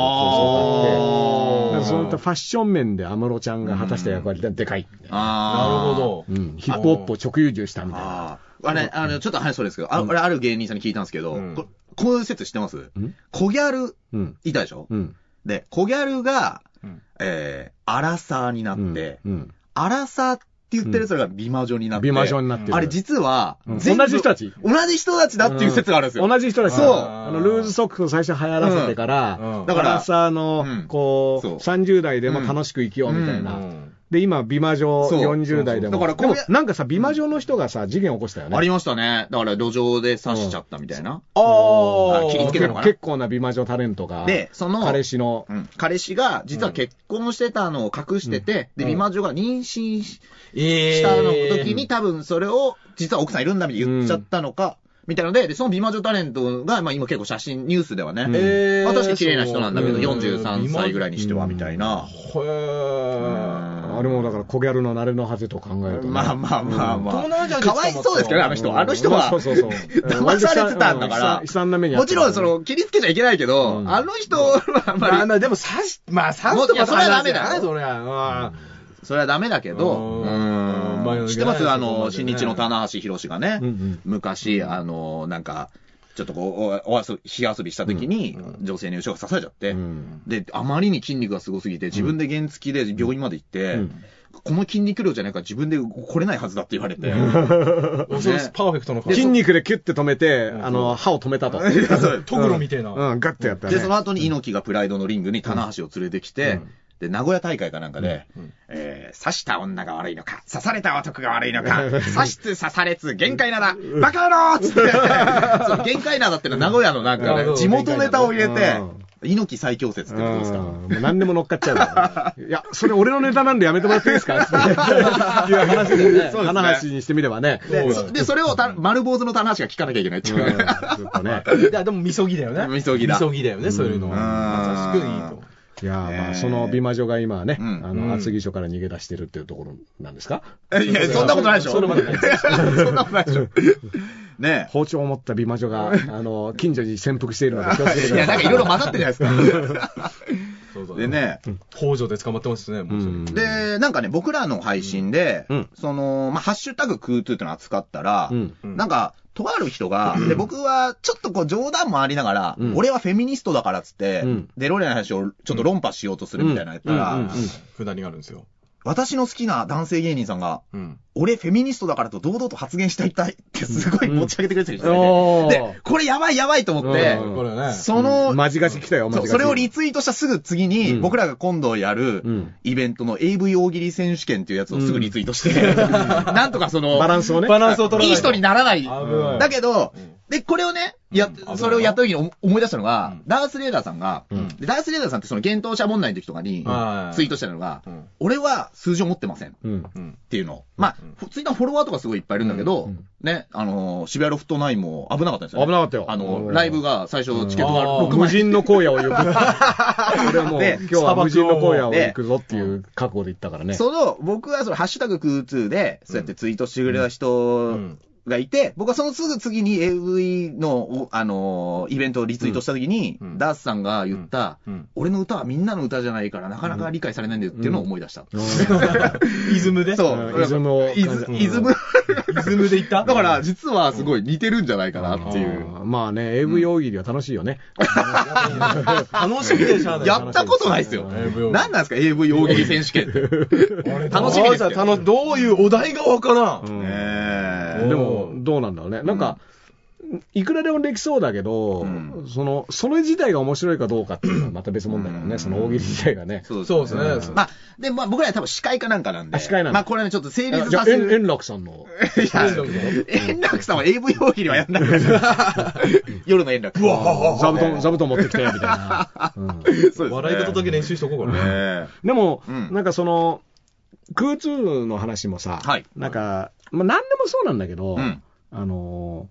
A: 構造があって、だからそういったファッション面で安室ちゃんが果たした役割ってでかいみたいな、
B: なる
C: あー
B: ほど。
A: うん、ヒップホップを直輸入したみたいな。
C: あーあれ、あの、ちょっと話それですけど、あ俺、ある芸人さんに聞いたんですけど、
B: うん
C: ここういう説知ってます
A: ん
C: 小ギャル、
A: うん、
C: いたでしょ
A: うん、
C: で、小ギャルが
B: うん、
C: えー、アラサーにな
A: う
C: っ
A: ん
C: て、
A: うん、
C: アラサーって言ってる奴らが美魔女になって、
A: 美魔女になってる。
C: あれ実は、
A: うん
C: 全部
A: 同じ人たち
C: 同じ人たちだっていう説があるんですよ。
A: 同じ人たち
C: そう
A: あの、ルーズソックスを最初流行らせてから、
B: うんうん
A: だから、さ、あの、
C: うん
A: こう
C: そう
A: 30代でも楽しく生きようみたいな。
B: うん
A: で、今、美魔女
C: そう
A: 40代でも。
C: そうそうだからこう
A: でもなんかさ、美魔女の人がさ、事件起こしたよね。
C: ありましたね。だから、路上で刺しちゃったみたいな。
B: あ
C: あ切り
B: ー
C: つけたのかな
A: 結構な美魔女タレントが、
C: でその
A: 彼氏の、
C: うん彼氏が、実は結婚してたのを隠してて、で、美魔女が妊娠し
B: え
C: したの時
B: に
C: に、多分それを、実は奥さんいるんだみたいな言っちゃったのか、みたいので、で、その美魔女タレントが、まあ今結構写真、ニュースではね、
B: えー
C: まあ確かに綺麗な人なんだけど、
B: そう
C: 43歳ぐらいにしては、みたいな。
B: へー
A: あれもだから、小ギャルの慣れの果てと考えるとね、
C: まあまあまあまあ。
B: 東南アジアで
C: か
B: 捕まっ
C: わ
B: た
C: いそうですけどね、あの人。
A: うん
C: あの人は、
A: そうそうそう
C: 騙されてたん
A: う
C: だか
A: ん
C: ら
A: 悲惨悲惨な目に遭
C: も
A: っ
C: ち
A: た
C: ろん、その、切りつけちゃいけないけど、
A: うん
C: あの人はあんまり、
B: まあまあ、でも刺し、まあ刺すと
C: もうい
B: か
C: やそれはダメだよ
B: それは。うん
C: それはダメだけど、
A: う
C: うんん。知ってますあの、
B: そう
C: 新
B: なんだよね
C: 日の棚橋博士がね
A: うんうん、
C: 昔、あの、なんか、ちょっとこう、おお遊び、火遊びした時に、女性の後ろが刺されちゃって、
A: うん
C: で、あまりに筋肉がすごすぎて、自分で原付で病院まで行って、
A: うん
C: この筋肉量じゃないから自分で来れないはずだって言われて。
B: 恐ろしいパーフェクトの顔
A: 筋肉でキュッて止めて、あの、歯を止め
C: *laughs*
A: たと。
B: トグロみたいな。
A: うん、ガッてやったね。
C: で、その後に猪木がプライドのリングに棚橋を連れてきて、で、名古屋大会かなんかで、えー刺した女が悪いのか、刺された男が悪いのか、刺しつ刺されつ、限界なだ、バカ野郎つって、その限界なだってのは名古屋のなんか
B: なるほ
C: ね、
B: ど
C: 地元ネタを入れて
A: うん、
C: 猪木最強説ってことですか
A: うんもう何でも乗っかっちゃう *laughs* からね。いや、それ俺のネタなんでやめてもら *laughs* っていいですかっていう話でね、棚橋にしてみればね。
C: で
B: そうだ
C: そで、それをた丸坊主の棚橋が聞かなきゃいけないっていう
A: ん
C: う。
A: ずっと *laughs* ね。
B: いや、でも、みそぎだよね。
C: みそぎだ
B: みそぎだよね、そういうのは。
C: うん
B: 確かにいいと。
A: いやーまあ、
C: ね
A: その美魔女が今はね、
C: うん
A: あの、厚木署から逃げ出してるっていうところなんですか
C: いや、そんなことないでしょ。
B: それまでない
C: *laughs* そんなことないでしょ。ね
A: 包丁を持った美魔女が、あの、近所に潜伏しているので気をつけてくだ
C: え。い
A: さ
C: や、なんかいろいろ混ざってるじゃないですか。
B: そうだ
C: で。ね、
B: 北条で捕まってますしね、もうそれ
A: うん
C: で、なんかね、僕らの配信で、
A: うん
C: その、まあ、ハッシュタグクートゥーってのを扱ったら、
A: うん
C: なんか、とある人が、で、僕は、ちょっとこう冗談もありながら、
A: うん
C: 俺はフェミニストだからっつって、
A: うん
C: デロリアンの話をちょっと論破しようとするみたいなのやったら、
A: うんうんうん
B: くだりがあるんですよ。
C: 私の好きな男性芸人さんが、
B: うん。
C: 俺フェミニストだからと堂々と発言したいたいってすごい持ち上げてくれてる人がい
A: お
C: て、
A: ー
C: で、これやばいやばいと思って、
A: うん
B: これね。
C: その、
A: マジガチ来たよ、マジ
C: そ
A: ガ
C: う、
A: チ。
C: それをリツイートしたすぐ次に、
A: うん
C: 僕らが今度やる
A: うん
C: イベントの AV 大喜利選手権っていうやつをすぐリツイートして、なんとかその、
A: バランスをね。
B: バランスを取らない
C: い
B: と。
C: い人にならない。
B: 危ない
C: だけど
B: うん、
C: で、これをね、や
B: うん危な、い
C: それをやった時に思思い出したのが
B: うん、
C: ダースレーダーさんが、でダースレーダーさんってその幻冬者問題の時とかに
B: は、い
C: ツイートしたのが
B: うん、
C: 俺は数字を持ってません。
A: うん。
B: うん。
C: っていうの。まあ、ふツイッターのフォロワーとかすごいいっぱいいるんだけど、
A: うん
C: ね、あのー渋谷ロフト9も危なかったんですよ、ね。
A: 危なかったよ
C: あの
A: う
C: ー
A: ん
C: ライブが最初チケットが
B: あー
C: 6
A: 無
C: 枚。
A: 人の荒 *laughs* 野を行く。俺はもう、
C: で
A: 今日は無人の荒野を行くぞっていう覚悟で行ったからね。
C: その、僕はその、ハッシュタグ空通で、そうやってツイートしてくれた人
B: ん
C: がいて、僕はそのすぐ次に AV の、おあのーイベントをリツイートした時に、
B: うん
C: ダースさんが言った、
B: うんうん
C: 俺の歌はみんなの歌じゃないから、なかなか理解されないんだよっていうのを思い出した。
B: イズムで
C: そうう。
A: んイズムを
C: イズ
A: うん
C: イズム。
B: イズムでいった
C: だから、、実はすごい似てるんじゃないかなっていう。
A: うんまあね、AV 大喜利は楽しいよね。
B: 楽しみでしゃあない。
C: やったことないっすよ。
B: AV
C: 何なんですか ?AV 大喜利選手権って。楽しみですよ
B: あーじゃあ楽しどういうお題がわから。
A: うんん
C: ねえ
A: でも、どうなんだろうね。なんか、いくらでもできそうだけど、
C: ん
A: その、それ自体が面白いかどうかっていうのはまた別問題だよね、その大喜利自体がね。
C: そう
B: そうです
C: ね。
B: ね。
C: まあ、で、まあ僕らは多分司会かなんかなんで。
A: あ司会なんだ
C: まあこれはね、ちょっと成立
A: じゃ
C: さ
A: あ、
C: せ
A: 円
C: る。
A: 円楽さんの。
C: いや
B: 円楽さん、
C: 円楽さんは AV 大喜利はやんないから。夜の円楽。うわ
A: 座布団、座布団持ってきて、みたい *laughs* な。うん
C: そうですね。
B: 笑い方だけ練習しとこうかな。
C: ね
A: でも、
C: うん
A: なんかその、空通の話もさ、
C: はい
A: なんか、まあ、何でもそうなんだけど、
C: うん
A: あの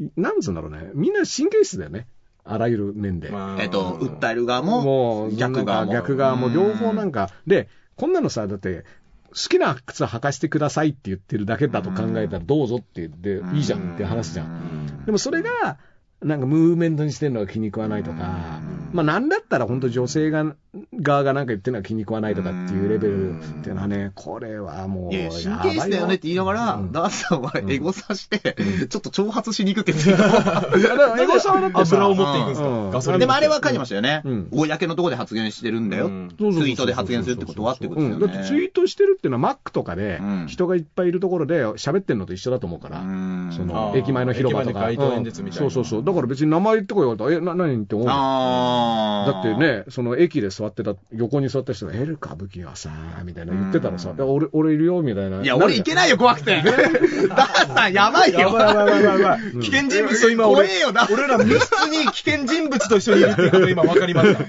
A: ー、いなんつうんだろうね、みんな神経質だよね、あらゆる面で。
B: まあ
C: え。えっと、訴える側
A: も
C: も
A: う、、
C: 逆側
A: な
C: も。
A: んか逆側も両方なん
C: か。
A: か、で、こんなのさ、だって、好きな靴履かしてくださいって言ってるだけだと考えたら、どうぞって言って、いいじゃんって話じゃん。
C: ん
A: でもそれが、なんかムーブメントにしてるのが気に食わないとか、まあなんだったら本当女性が、側がなんか言ってるのが気に食わないとかっていうレベルっていうのはね、これはもう
C: いや、
A: やばいよ、
C: 神経質だよねって言いながら、
A: うん
C: ダースさんはエゴさして、ちょっと挑発しに行くって言ってた。
A: エゴサはだってさ
B: 油を持っていくんです
A: う
B: か
A: ん
B: ガソリン。
C: でもあれは書いてましたよね
A: うん。
C: 公のとこで発言してるんだよ。
B: うん
C: ツイートで発言するってことはってことですよ
A: う
C: ね。
A: んだってツイートしてるっていうのは Mac とかで
C: うん、
A: 人がいっぱいいるところで喋ってるのと一緒だと思うから、
C: うん
A: そ
B: あ
A: の
B: ー
A: 駅前の広場とか。
B: 駅前の街頭演説みたいな
A: うんそうそうそう。だから別に名前言ってこいよと、え、な、何って思うじゃん
C: ああ。
A: だって。ね、その駅で座ってた、横に座った人が、エル歌舞伎はさ、みたいな言ってたらさ、いや俺、俺いるよ、みたいな。
C: いや、俺いけないよ、怖くて。ダーさん、やばいよ。
B: 危険人物と今俺、
C: 怖えよな
B: 俺ら密室に危険人物と一緒にいるっていうこと *laughs* 今分かりました。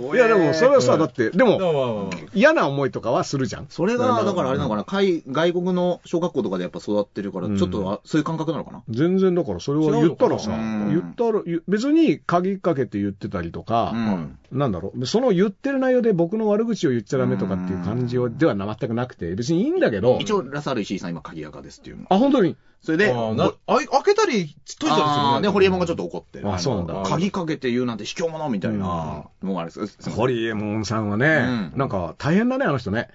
A: いや、でも、それはさ、だって、で
B: だから
A: も、
B: まあまあまあ
A: 嫌な思いとかはするじゃん。
C: それが、だからあれなのかな、海外国の小学校とかでやっぱ育ってるから、
A: うん
C: ちょっとあそういう感覚なのかな。
A: 全然だから、それは言ったらさ、
B: 違う
C: のかな
A: 言ったら、ゆ別に鍵かけて言ってたりとか、
C: うん
A: なんだろう、その言ってる内容で僕の悪口を言っちゃダメとかっていう感じはでは全くなくて、別にいいんだけど、
C: 一応、ラサール石井さん今、鍵垢ですっていうの。
A: あ、本当に、
C: それで、
B: あーなあい開けたり、閉じたりする
C: あ
B: の
C: ーで、ホリエモンがちょっと怒って。
A: あそうなんだ
C: の鍵かけて言うなんて卑怯者みたいなのがあれです。
A: ホリエモンさんはね、
C: うん
A: なんか大変だね、あの人ね。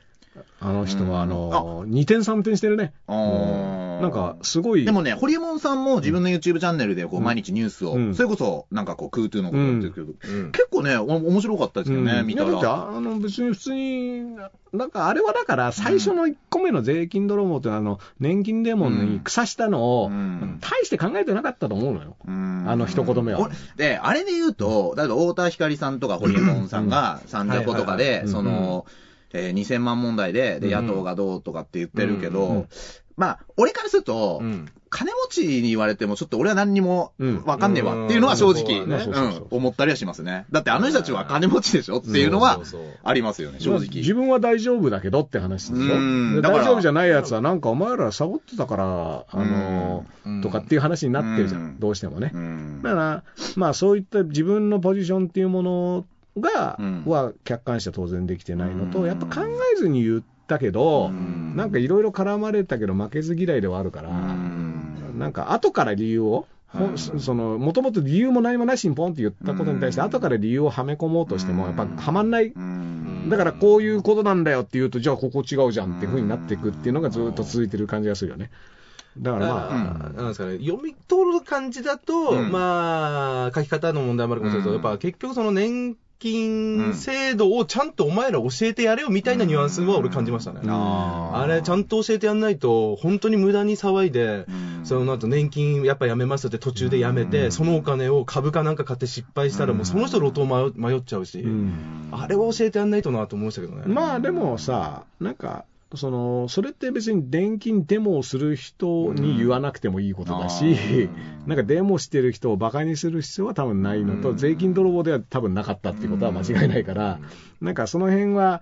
A: あの人
C: うん
A: は、あの、2点3点してるね。
C: あー
A: なんか、すごい。
C: でもね、ホリエモンさんも自分の YouTube チャンネルでこう毎日ニュースを、
A: うん
C: それこそなんかこう空トゥーのことやってるけど、
B: うん
C: 結構ね、お面白かったですけどね、
A: うん
C: 見た
A: いやだ
C: ら。
A: ってあの別に普通に、なんかあれはだから、最初の1個目の税金泥棒って、あの年金デモンに草したのを、
C: うん
A: 大して考えてなかったと思うのよ。
C: あ
A: あの一言目は
C: で、あれで言うと、だけど太田光さんとかホリエモンさんが、サンジャポとか
A: は
B: はい
A: い
C: で、
A: はい
C: その、えー2000万問題で、で、
A: うん
C: 野党がどうとかって言ってるけ
A: うんう
C: ど
A: ん、
C: まあ、俺からすると
B: う、ん
C: 金持ちに言われても、ちょっと俺は何にも
A: うん
C: わかんねえわっていうのは正直、
B: うん
A: まあそう
C: う
A: そうそ
C: ん
A: う、
C: 思ったりはしますね。だってあの人たちは金持ちでしょっていうのは
B: そうそうそう
C: ありますよね、正
A: まあ自
C: 直。
A: 分は大丈夫だけどって話でしょ
C: うん
A: で
C: だから
A: 大丈夫じゃないやつは、なんかお前らサボってたから、あの
B: うん
A: とかっていう話になってるじゃん、
C: うん
A: どうしてもね。
C: うん
A: だから、まあそういった自分のポジションっていうものが、
C: うん
A: は客観視は当然できてないのと、
C: うん
A: やっぱ考えずに言ったけど、
C: うん
A: なんかいろいろ絡まれたけど負けず嫌いではあるから、
C: うん
A: なんか後から理由を、ほん
C: うん
A: その、もともと理由も何もなしにポンって言ったことに対して、
C: うん
A: 後から理由をはめ込もうとしても、やっぱはまんない。
C: うん
A: だからこういうことなんだよって言うと、じゃあここ違うじゃんっていうふうになっていくっていうのがずっと続いてる感じがするよね。だから
B: まあ、
A: まあ、
B: なんですかね、読み取る感じだと、
C: うん
B: まあ、書き方の問題もあるかもしれないけど、
C: うん
B: やっぱ結局その年金制度をちゃんとお前ら教えてやれよみたいなニュアンスは俺感じましたね。
A: うん
B: あれ、ちゃんと教えてやんないと、本当に無駄に騒いで、
C: うん
B: その後年金やっぱやめますって途中でやめて、そのお金を株かなんか買って失敗したら、もうその人路頭迷迷っちゃうし、
A: うん
B: あれは教えてやんないとなと思いましたけどね。
A: まあでもさ、なんか、そのそれって別に年金デモをする人に言わなくてもいいことだし、
C: うん
A: なんかデモしてる人をバカにする必要は多分ないのと、税金泥棒では多分なかったっていうことは間違いないから、なんかその辺は、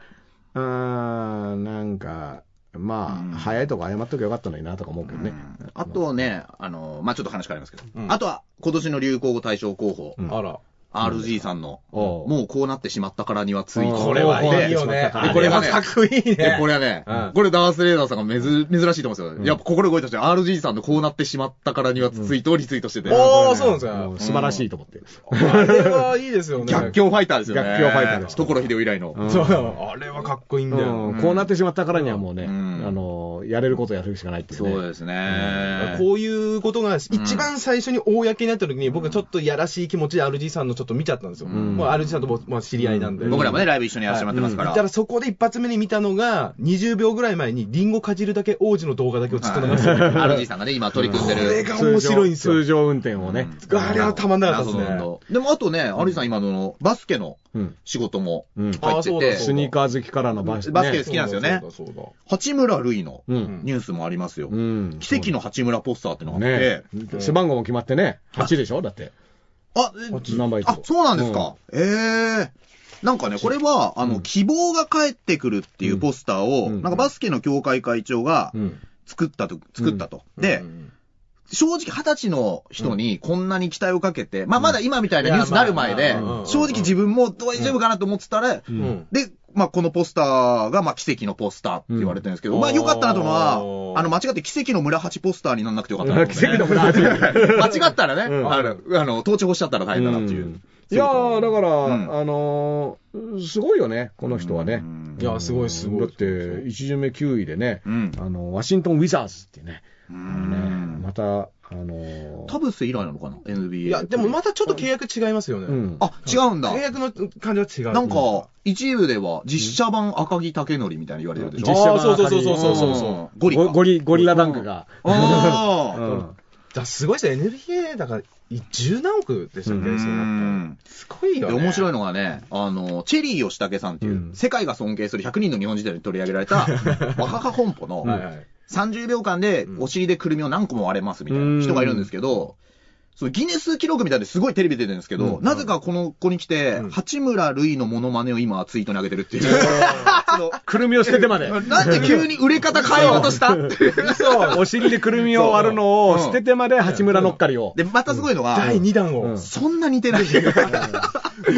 A: あーなんか、ま
C: うん
A: あ、早いとこ謝っときゃよかったのになとか思うけどね。
C: あとね、あの、まあ、ちょっと話変わりますけど、
B: うん
C: あとは今年の流行語大賞候補、
A: うん
B: あら。
C: RG さんの、
A: おう
C: もうこうなってしまったからにはつい、
A: うん
C: これは
A: おう
B: いい
C: ね、
B: よね。
A: あ
B: これ
C: れは
B: は
C: ね
B: かっこいい
C: で
B: ね。
C: これはね、
B: うん
C: これダース・レーダーさんがめず珍しいと思うんですよ。やっぱ心動いた人、RG さんのこうなってしまったからにはツイートをリツイートしてて、
B: おー、そうなんですか
A: も。う素晴らしいと思って。
B: あれはいいですよね。
C: 逆境ファイターですよね。
A: 逆境ファイターです
C: 所秀夫以来の。
A: うん
B: そう、あれはかっこいいんだよ。
A: うんこうなってしまったからにはもうね、
C: うん
A: あのやれることやるしかないっていうね。
C: そうですね。
B: こういうことが一番最初に公になった時に、僕ちょっとやらしい気持ちで RG さんのちょっと見ちゃったんですよ。
A: ん
B: もう RG さんともまあ知り合いなんで。
C: 僕らもね、ライブ一緒にやらせてもらってますから。
B: だからそこで一発目に見たのが、20秒ぐらい前にリンゴかじるだけ王子の動画だけをずっと流してる。
C: はい RG さんがね、今取り組んでる。
B: これが面白いんですよ
A: 通常運転をね。
B: あれはたまんなかったで
C: 謎
B: す
C: の
B: ね。
C: 運動でもあとね、有吉さん今のバスケの
A: うん
C: 仕事も
A: うん
C: 入っ
B: あそ
C: て
B: うだ
C: て、
B: そう
A: スニーカー好きからのバス,、ね、
C: バスケ好きなんですよね
B: そうだそうだ
C: 八村塁の
A: うん
C: ニュースもありますよ。
A: うん
C: 奇跡の八村ポスターってのがあって
A: ね、、背番号も決まってね、8でしょだって。
C: あ、
A: 8ナンバー
C: あ、そうなんですか。ええなんかね、これは、あの、希望が帰ってくるっていうポスターを、
A: うん
C: なんかバスケの協会会長が
A: うん。
C: 作ったと、作ったと。で
B: う、ん
C: 正直二十歳の人にこんなに期待をかけて、まあまだ今みたいなニュースになる前
B: い
C: で
B: やまあまあまあまあまあま、あ
C: 正直自分も大丈夫かなと思ってたら、
A: う
B: うん
A: ん。
C: で、まあ、このポスターが、まあ、奇跡のポスターって言われてるんですけど、
B: うん
C: まあ、よかったなと思うの
B: お
C: は、
B: ー
C: あの、間違って奇跡の村八ポスターにならなくてよかったなと
A: *laughs*
C: 思うね、
A: 奇跡の村
C: 間違ったらね、
A: うん
C: あの、あの、統治法しちゃったら大変だなっていう。
A: うんいやー、だから、
C: うん
A: あのーすごいよね、この人はね。
C: うん
B: いや、すごいすごい。
A: だって、1巡目9位でね、
C: うん
A: あの、ワシントン・ウィザーズっていうね、
C: うん
A: また、あのー
C: 田臥以来なのかな ?NBA。
B: いや、でもまたちょっと契約違いますよね。
A: うん。
C: あ、違うんだ
B: 契。約の感じは違う。
C: なんか、一部では実写版赤木武則みたいに言われてるでしょ
A: 実。写版
B: あーそうそうそうそうそうそう
C: うんゴリか
A: ゴリ、ゴリラダンクが。う
C: あ
A: ん。
B: だからすごいですね、NBA だからい十何億でしたっけ、
A: う
C: あ。
B: そうの
C: ん
B: すごいよ、
C: で、
B: ね。
C: 面白い
B: の。
C: のがね、あの、チェリー吉武さんっていう、
A: うん
C: 世界が尊敬する100人の日本人に取り上げられた、若葉本舗
B: はいは
C: の、
B: い。
C: 30秒間でお尻でくるみを何個も割れますみたいな人がいるんですけど、そうギネス記録みたいですごいテレビ出てるんですけど、
A: うん
C: なぜかこの子に来て、
B: うん
C: 八村塁のモノマネを今ツイートに上げてるっていう。
A: くるみを捨ててま
C: *laughs*
A: で。
C: なんで急に売れ方変えようとしたっていう。
A: お尻でくるみを割るのを捨ててまで八村のっかりを。
C: で、またすごいのが、
B: 第2弾を、
A: うん
C: そんな似てない。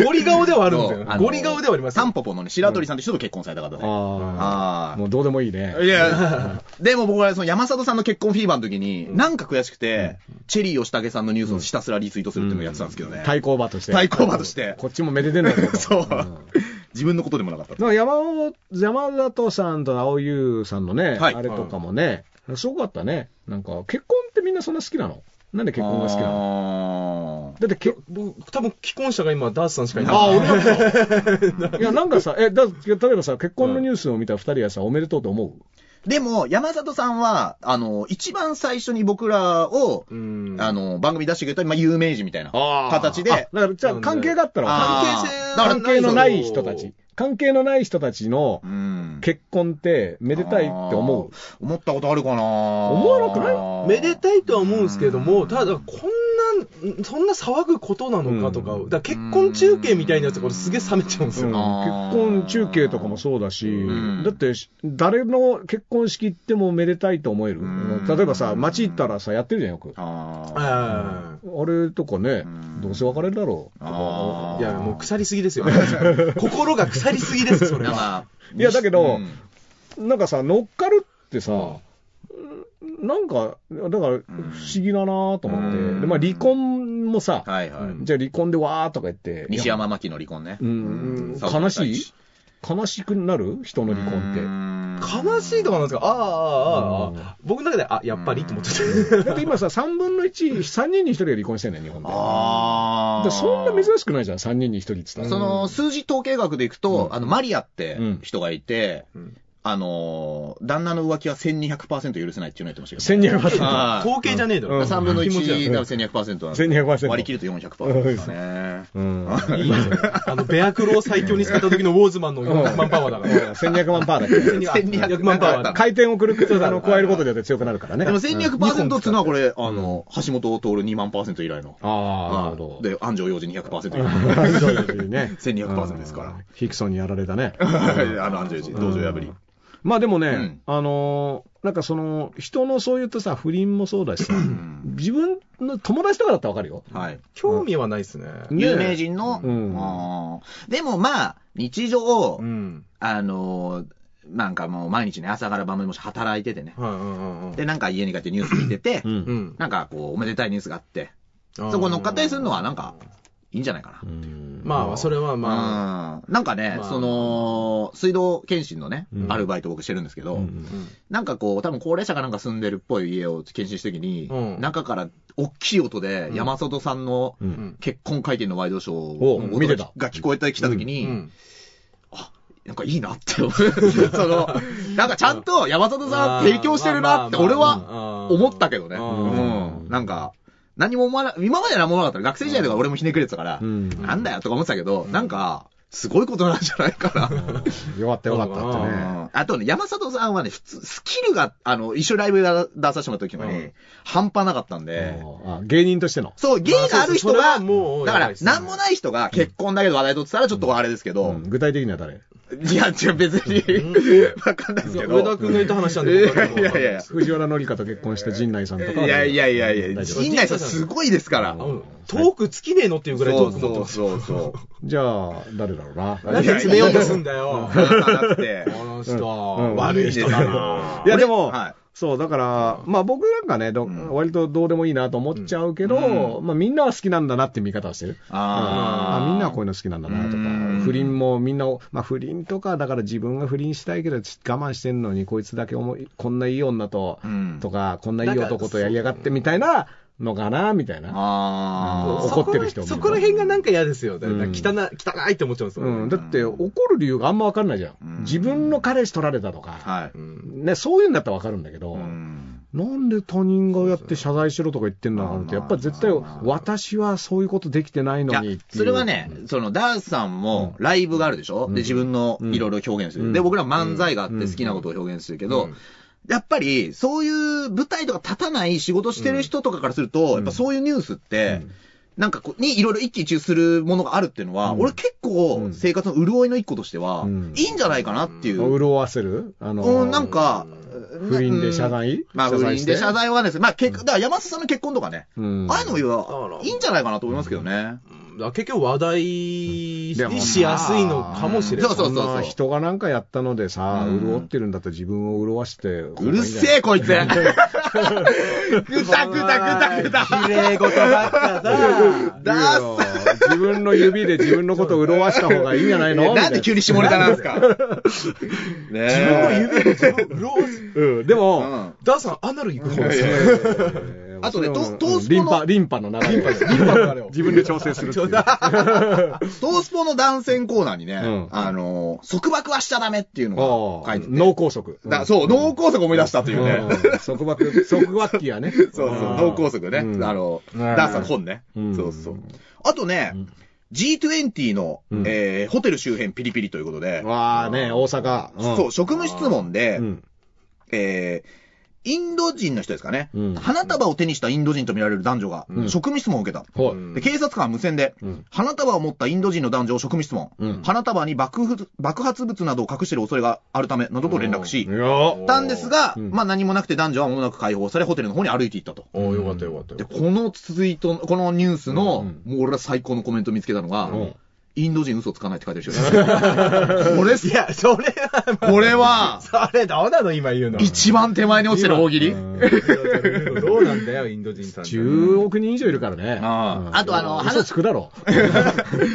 B: ゴリ顔ではあるんだ
C: そう
B: よ、
C: あの
B: ゴリ顔ではあります
C: タンポポのね、白鳥さんって人と結婚された方で。
A: あ
C: あ
A: あ。
C: ー
A: もうどうでもいいね。
C: いや、でも僕はその山里さんの結婚フィーバーの時に、なんか悔しくて、チェリー吉武さんのニュースをひたすらリツイートするっていうのをやってたんですけどね。
A: 対抗馬として。
C: 対抗馬として。
A: こっちもめでてんだけど。
C: *laughs* そうう。自分のことでもなかった。
A: だから山尾山里さんと青優さんのね、
C: はい
A: あれとかもね、すごかったね。なんか、結婚ってみんなそんな好きなのなんで結婚が好きなの
C: の
A: だってけ、
B: 僕、多分既婚者が今、ダースさんしかいない。
A: ああ、俺なんか。いや、なんかさ、え、だ例えばさ、結婚のニュースを見た二人はさ、おめでとうと思
C: でも、山里さんは、あの、一番最初に僕らを、
B: うん。
C: あの、番組出してくれた、まあ、有名人みたいな
A: うあ
C: 形
A: あ
C: で、
A: だから、じゃあ関係があったらわか
C: あ
A: る、関
C: ー
A: 係のない
B: そう
A: 人たち。関係のない人たちの
C: うん
A: 結婚って、めでたいって思う。
C: あー思ったことあるかな思
A: 思わなくない
B: めでたいとは思うんですけど
C: う
B: も、
C: ん
B: ただ、こんな、そんな騒ぐことなのかとか、
A: うん
B: だから結婚中継みたいなやつ、これすげえ冷めちゃうんです
A: うん
B: よ。
C: あー
A: 結婚中継とかもそうだし、
C: ん
A: だってし、誰の結婚式行ってもめでたいと思える、
C: うん
A: 例えばさ、街行ったらさ、やってるじゃん、よく。あ
C: あ
B: あ
A: れとかね、
C: うん
A: どうせ別れるだろうと
C: あ
A: か
B: あ。
C: ー
B: いや、もう腐りすぎ
C: *laughs*
B: ですよ。心が腐りすぎです、そ
C: ー
B: れ
C: なん
B: は。
C: か
A: いやだけど
C: うん
A: なんかさ、乗っかるってさ、なんか、だから不思議だなと思って、
C: うん
A: でまあ、離婚もさ、
C: はいはい。
A: じゃあ離婚でわーとか言って、
C: 西山真紀の離婚ね。
A: うん
C: うん
A: 悲しい悲しくなる人の離婚って。
B: 悲しいとかなんですかああ、ああ、ああ。僕の中で、あ、やっぱりと思っちゃって。
A: だって今さ、3分の1、3人に1人が離婚してんねん、日本で。
C: あ
A: だか
C: あ。
A: らそんな珍しくないじゃん、3人に1人って言った
C: そ
A: ら。
C: の、数字統計学でいくと、あの、マリアって
A: うん
C: 人がいて、あのー、旦那の浮気は1200%許せないっていうのやってましたけど。
A: 1200%。
C: あー
B: 統計じゃねえだろ。
C: 3分の
B: 気持ち悪い
C: 1だから1200%なんで
A: 1200%
C: 割り切ると400%ですからね。
A: うん。
B: いいですよあの、ベアクロを最強に使った時のウォーズマンの400万パワーだから。
A: 1200万パーだ
B: *laughs*
A: けどね。
B: 1200万パワーだ。
A: 回転をくるくあの加えることによって強くなるからね
C: で。も1200%ってのはこれ、あの、橋本徹2万以来の。
A: ああ、なるほど。
C: で、安城洋二200%以
A: *laughs* そうい
C: 来
A: うふうにね
C: 1200%ですから。
A: ヒクソンにやられたね。
C: の。あの、 *laughs* 安城洋二、道場破り。
A: まあでもね、
C: うん
A: あのーなんかその、人のそういったさ、不倫もそうだしさ、
C: ん
A: 自分の友達とかだったらわかるよ。
C: はい。
B: 興味はないですね。
A: ね
C: 有名人の、
A: うん
C: あーでもまあ、日常、
B: うん。
C: あのーなんかもう毎日ね、朝から晩までもし働いててね。
B: はい、うんうんうん。
C: で、なんか家に帰ってニュース見てて
A: う、ん。
B: ん。
C: なんかこう、おめでたいニュースがあって、
B: あー
C: そこ乗っかったりするのはなんか、いいんじゃないかな。
A: うん
B: まあ、それはまあ、
C: まあ、なんかね、
B: まあ
C: その、水道検診のね、
A: うん
C: アルバイト僕してるんですけど、
A: うん
C: なんかこう、多分高齢者がなんか住んでるっぽい家を検診した時に、
B: うん
C: 中から大きい音で、山里さんの
A: う
B: うん
A: ん。
C: 結婚会見のワイドショー
A: お
C: の音
A: 見て
C: が
A: た
C: が聞こえてきた時
B: う
C: に、
B: ん。
C: なんかいいなって思う。その、なんかちゃんと山里さん提供してるなって、俺は
B: は
C: 思ったけどね。
A: ん
C: うん。なんか、何も思わな、今まで何も思わなかったら学生時代とか俺もひねくれてたから、
A: うん
C: なんだよとか思ってたけど、なんか、すごいことなんじゃないかな。
A: よかったよかったってね。
C: あとね、山里さんはね、普通、スキルが、あの、一緒にライブだ出させてもらった時も
B: う
C: ね
B: ん、
C: 半端なかったんで、
A: あ芸人としての。
C: そう、芸がある人
B: まあ
C: が、
B: そうそうそれはもう
C: だか
B: やばい
C: ら
B: っ、すね
C: なんもない人が結婚だけど話題取ってたらちょっとあれですけ
A: う
C: ど、
A: ん具体的には誰
C: いや、違う別に、わかんないですけど。
B: 上田君が言った話なん
C: い
B: で。
C: やいやいや。
A: 藤原紀香と結婚した陣内さんとかは。
C: いやいやいやいや、
A: 大丈夫
C: 陣内さんすごいですから。
B: あのトーク尽きねえのっていうぐらいト
C: そう
B: ーク持って
C: そ
B: ま
C: う
B: す。
C: そうそう。
A: じゃあ、誰だろうな。
C: *laughs*
B: 何で詰めようとすんだよ。
C: 話さなくて
B: この人、
A: うん
B: 悪い人だ
C: う
B: な。
C: ん
A: いや、でも、
C: はい
A: そう、だから、まあ僕なんかね、ど
C: ん
A: 割とどうでもいいなと思っちゃうけど、
C: う
A: まあみんなは好きなんだなって見方をしてる。
C: あー
A: うんあみんなはこういうの好きなんだなと
C: うん
A: か、不倫もみんな、まあ不倫とか、だから自分が不倫したいけど、ち我慢してんのに、こいつだけ思い、こんないい女と、
C: うん
A: とか、こんないい男とやりやがってみたいなのかな、みたいな。
C: *laughs* あ
A: 怒ってる人
B: そこそこら辺がなんか嫌ですよ。だから
A: うん
B: 汚い汚いって思っちゃうんですよ。
A: うん、だって怒る理由があんま分かんないじゃ
C: うん
A: ん。自分の彼氏取られたと
C: あ。
A: か、
C: はい。
B: うん
A: ね、そういうんだったら分かるんだけど、
C: うん
A: なんで他人がやって謝罪しろとか言ってんだなんて、やっぱり絶対、私はそういうことできてない
C: い
A: の
C: や
A: にっていう。、
C: それはね、その、ダンスさんも、ライブがあるでしょ、で、自分のいろいろ表現する、
A: うん
C: で、僕ら漫才があって好きなことを表現するけど、
B: うん
C: やっぱり、そういう舞台とか立たない仕事してる人とかからすると、やっぱそういうニュースって、なんかこう、にいろいろ一喜一憂するものがあるっていうのは、
A: うん
C: 俺結構
A: うん
C: 生活の潤いの一個としては、
A: うん
C: いいんじゃないかなっていう。
A: 潤わせるあの、
C: うん、なんか、
A: 不倫で謝罪
C: まあ、
A: 謝
C: 不
A: 罪
C: 倫
A: して
C: で謝罪はですね、まあ、結果、だから山里さんの結婚とかね、
A: うん
C: ああいうの
B: だから
C: はいいんじゃないかなと思いますけどね。
B: あ結局話題にしやすいのかもしれない。
C: でもまあそうそうそう
A: そんな人がなんかやったのでさ、
C: うん
A: 潤ってるんだったら自分を潤わして。
C: うるせえ、こいつぐたぐたぐたぐた
B: 綺麗事ばっかだ。
A: いいよ自分の指で自分のことを潤わした方がいいんじゃないの
C: なんで急
A: に。
C: に下ネタなんで
A: *laughs*
C: すかね
B: 自分の夢で自分を潤う。
A: うん、でも、
C: うん
B: ダーさん、アナル行く方です
C: い
B: ね。
C: やいやいや
A: えー
C: あとね
A: それはもう
C: トートースポの
A: リンパ、リンパの流れ。
B: リンパの流れを
A: 自分で調整するっていう。
C: トースポの断線コーナーにね、
A: ん
C: あのー、束縛はしちゃダメっていうのが
A: あ
C: 書い
A: あ
C: てて。
A: 脳梗塞。
C: だそう、脳梗塞思い出したというね。
A: うん束縛、
C: *laughs*
A: 束縛期やね。そう
C: そうそう、脳梗塞ね。
A: うん
C: あの、
B: うん
C: ダンさんの本ね。
A: うん
C: そうそう。あとね、G20 の、
A: うん
C: えーホテル周辺ピリピリということで、
A: わあね、大阪。ん
C: そう、職務質問で、
A: うん。
C: えーインド人の人ですかね、
A: うん
C: 花束を手にしたインド人と見られる男女が、
A: うん
C: 職務質問を受けた。
A: ほ
B: うん
A: い。
C: で警察官は無線で、
A: うん
C: 花束を持ったインド人の男女を職務質問、
A: うん
C: 花束に爆発爆発物などを隠している恐れがあるためなどと連絡し
A: い、や
C: たんですが、
A: うん
C: まあ何もなくて男女は間もなく解放され、ホテルの方に歩いていったと。
B: おーよかったよかった
C: で、
B: よ。
C: このツイート、このニュースの、
A: うん
C: もう俺ら最高のコメント見つけたのが、
A: うん
C: インド人嘘つかないって書いてる人がいるこれ、
B: いや、それは、
C: これは、
B: それどうなの今言うの。
C: 一番手前に落ちてる大喜利、
A: うん
B: どうなんだよ、インド人さん。
A: 10億人以上いるからね。
C: ああ
A: うん
C: あとあの
A: 嘘つくだ
C: *laughs*
A: ろ。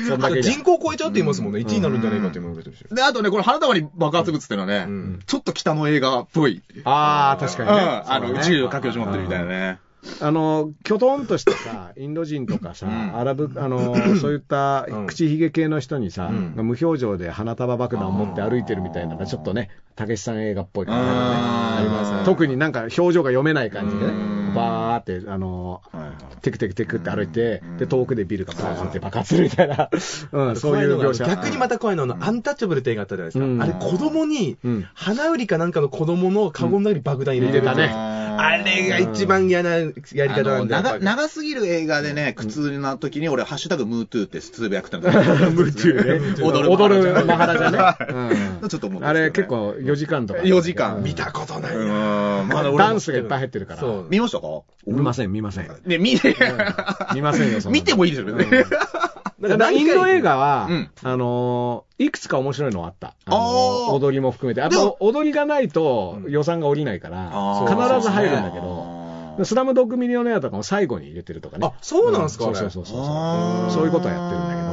A: そんだけじゃ
B: 人口超えちゃうって言いますもんね。1位になるんじゃないかって今言われてるし。
C: で、あとね、これ花束に爆発物っていうのはね、
B: うん
C: ちょっと北の映画っぽい。
A: ああ、確
C: う
A: か
C: ん、
A: にね。そ
C: あ
A: う
C: の、
A: ね
C: 宇宙を駆け落ち持ってるみたいなね。
A: あの、きょとんとしてさ、インド人とかさ、
C: ん
A: アラブ、あの、そういった
B: うん
A: 口ひげ系の人にさ、
B: ん
A: 無表情で花束爆弾を持って歩いてるみたいなのが、ちょっとね、たけしさん映画っぽい感じがね、
C: あー
A: ありますね。特になんか表情が読めない感じでね
C: うん、
A: バーって、あの、
C: はい
A: テクテクテクって歩いて、で、遠くでビルがバーンって爆発するみたいな、うん、そういう描写。
B: 逆にまた怖いのは、あのアンタッチャブルって映画あったじゃないですか。
A: うん
B: あれ、子供に
A: うん、
B: 花売りかなんかの子供のカゴの中に爆弾入れてるやつ
A: 入れたね
B: あれが一番嫌なやり方
C: あ
B: な
C: の
B: んだよ
C: 長長すぎる映画でね、苦痛な時に俺、ハッシュタグムートゥーってつぶやく
A: *laughs*
C: ってのが
A: ムートゥーね。
C: 踊る
A: 踊るマハラじゃね。うん
C: ちょっと思うんですけどね
A: あれ結構4時間とか。
C: 4時間。
B: 見たことない
C: うん、
B: な。
C: まだ俺も
A: ダンスがいっぱい入ってるから。
B: そう。
C: 見ましたか
A: 見ません、見ません。
C: ね、見て、
A: 見ませんよ、そんなの
C: *laughs* 見てもいいですよね。
A: だからインド映画は、
C: うん
A: あのーいくつか面白いのはあった。あのー
C: あー
A: 踊りも含めて。あ
C: でも
A: と、踊りがないと予算が下りないから、
B: ー
A: 必ず入るんだけど、スラムドッグミリオネアとかも最後に入れてるとかね
B: あ。、そうなんですか
A: そ
B: あ
A: う
B: れ
A: そうそうそう
C: あー
A: そういうことはやってるんだけど。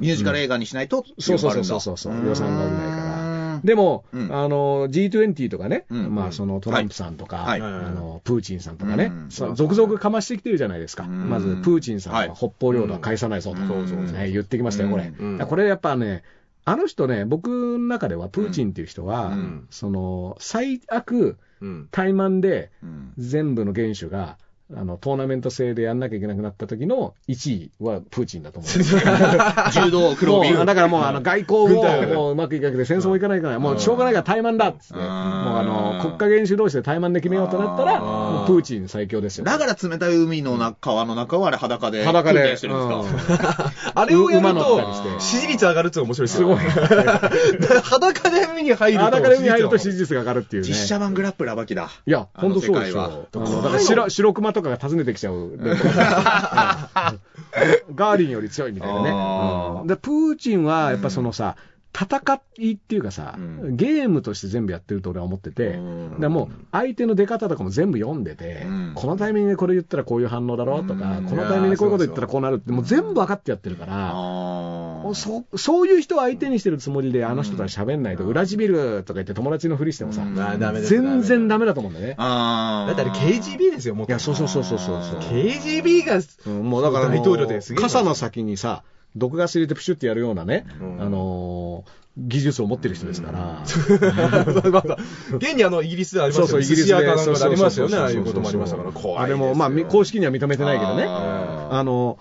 C: ミュージカル映画にしないと、
A: そうそうそうそうそうそう予算が下りないからでも、
C: うん
A: あの、G20 とかね、
C: うん
A: まあそのトランプさんとか、
C: はいはい
A: あの、プーチンさんとかね、
C: うん
A: そう続々かましてきてるじゃないですか。
C: ん
A: まず、プーチンさん
C: はい
A: は北方領土は返さないぞと、
C: うんそうそうそう
A: ね言ってきましたよ、これ。
B: うん
A: これやっぱね、あの人ね、僕の中ではプーチンっていう人は、
C: うん
A: その、最悪、
B: うん。
A: 怠慢で全部の元首が、あの、トーナメント制でやんなきゃいけなくなった時の1位はプーチンだと思う。
C: 柔道 *laughs* 黒帯
A: もうだからもう、あの、外交
B: 軍
A: を
B: 隊だから
A: もううまくいかなくて、戦争もいかないから、もうしょうがないから怠慢だっつって、
C: うん
A: もうあの、国家元首同士で怠慢で決めようとなったら、
C: うん
A: もうプーチン最強ですよ。
C: だから冷たい海の中、川の中はあれ裸で、
A: 裸
C: 訓練
A: で
C: し。てるんですか。
B: あれをやる
A: 馬乗った
B: と
A: りして、
B: 支持率上がるっていうの面白いですよ。すごい。裸で海に入
A: う
B: る
A: ん
B: と。
A: 裸で見入ると
B: 支
A: 支
B: 持
A: 持率が上がるっていうね。
C: *laughs* 実写版グラップラーバキだ。
A: いや、
C: あ
A: ほ
C: の
A: んとそうでし
C: 世界
A: ょ
C: は。
A: あのだから白、白熊とかが訪ねてきちゃう。でうんガーリンより強いみたいな
C: あ
A: ね
C: ー。
A: うんで、プーチンは、やっぱそのさ、戦いっていうかさ、
C: うん
A: ゲームとして全部やってると俺は思ってて、
C: うん
A: でもう相手の出方とかも全部読んでて、
C: うん
A: このタイミングでこれ言ったらこういう反応だろうとか、
C: うん
A: このタイミングでこういうこと言ったらこうなるって、もう全部分かってやってるから、
C: あー
A: そそういう人を相手にしてるつもりで、あの人とは喋んないと、裏地ビるとか言って友達のふりしてもさ、
C: うん
B: あーダメです
A: 全然ダメだと思うんだよね。
C: あ
B: だってあれ KGB ですよ、も
A: いや、そうそうそうそうそうそう。
B: KGB が、
A: うんもうだからもう
B: 大統領ですげえな
A: 傘の先にさ、毒ガス入れてプシュってやるようなね、
B: うん
A: あのー技術を持ってる人ですから。
B: 現にあの、イギリスでありますよね。寿司屋かなんかでありますよね。ああいうこともありましたから、怖い
A: あ
B: です
A: れ
B: よ。
A: も、まあ、み公式には認めてないけどね。
C: あー
A: あの、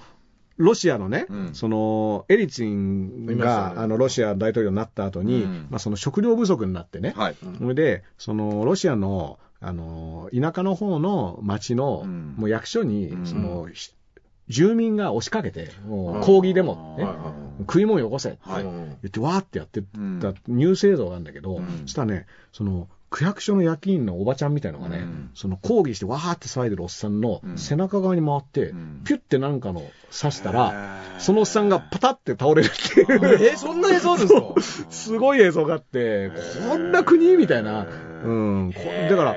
A: ロシアのね、
C: うん
A: その、エリツィン
B: いました
A: が、
B: ね
A: あの、ロシア大統領になった後に、
C: うん
A: まあ、その食料不足になってね、
C: はい。
A: それで、その、ロシアの、あの、田舎の方の町の、
C: うん
A: もう役所に、
C: うん
A: その、ひ住民が押しかけて、も
B: うん
A: う抗議デモ、ね
B: はいはいはい
A: 食い物よこせって
C: はい
A: 言って、わーってやって
C: うん
A: たニュース映像があるんだけど、
C: うん
A: そしたらね、その、区役所の役員のおばちゃんみたいのがね、
C: うん
A: その抗議してわーって騒いでるおっさんの
C: うん
A: 背中側に回って、
C: うん
A: ピュッてなんかの刺したら、
C: へー
A: そのおっさんがパタって倒れるっていう。
B: え、そんな映像あるんですか
A: すごい映像があって、こんな国みたいな。
C: ー
A: うん。こ
C: へー
A: だから、